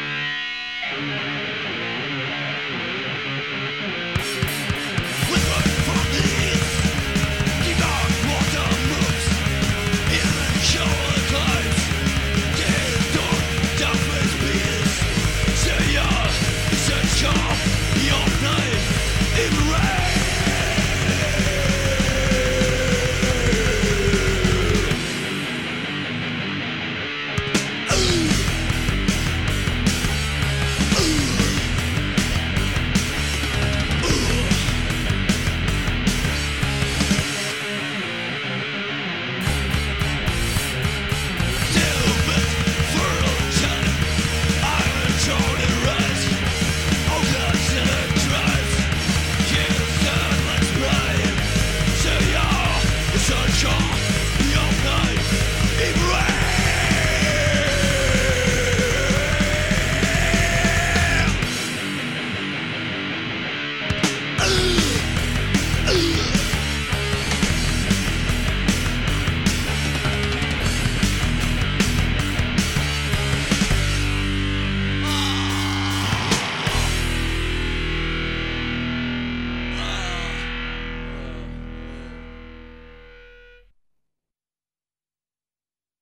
C: Bye.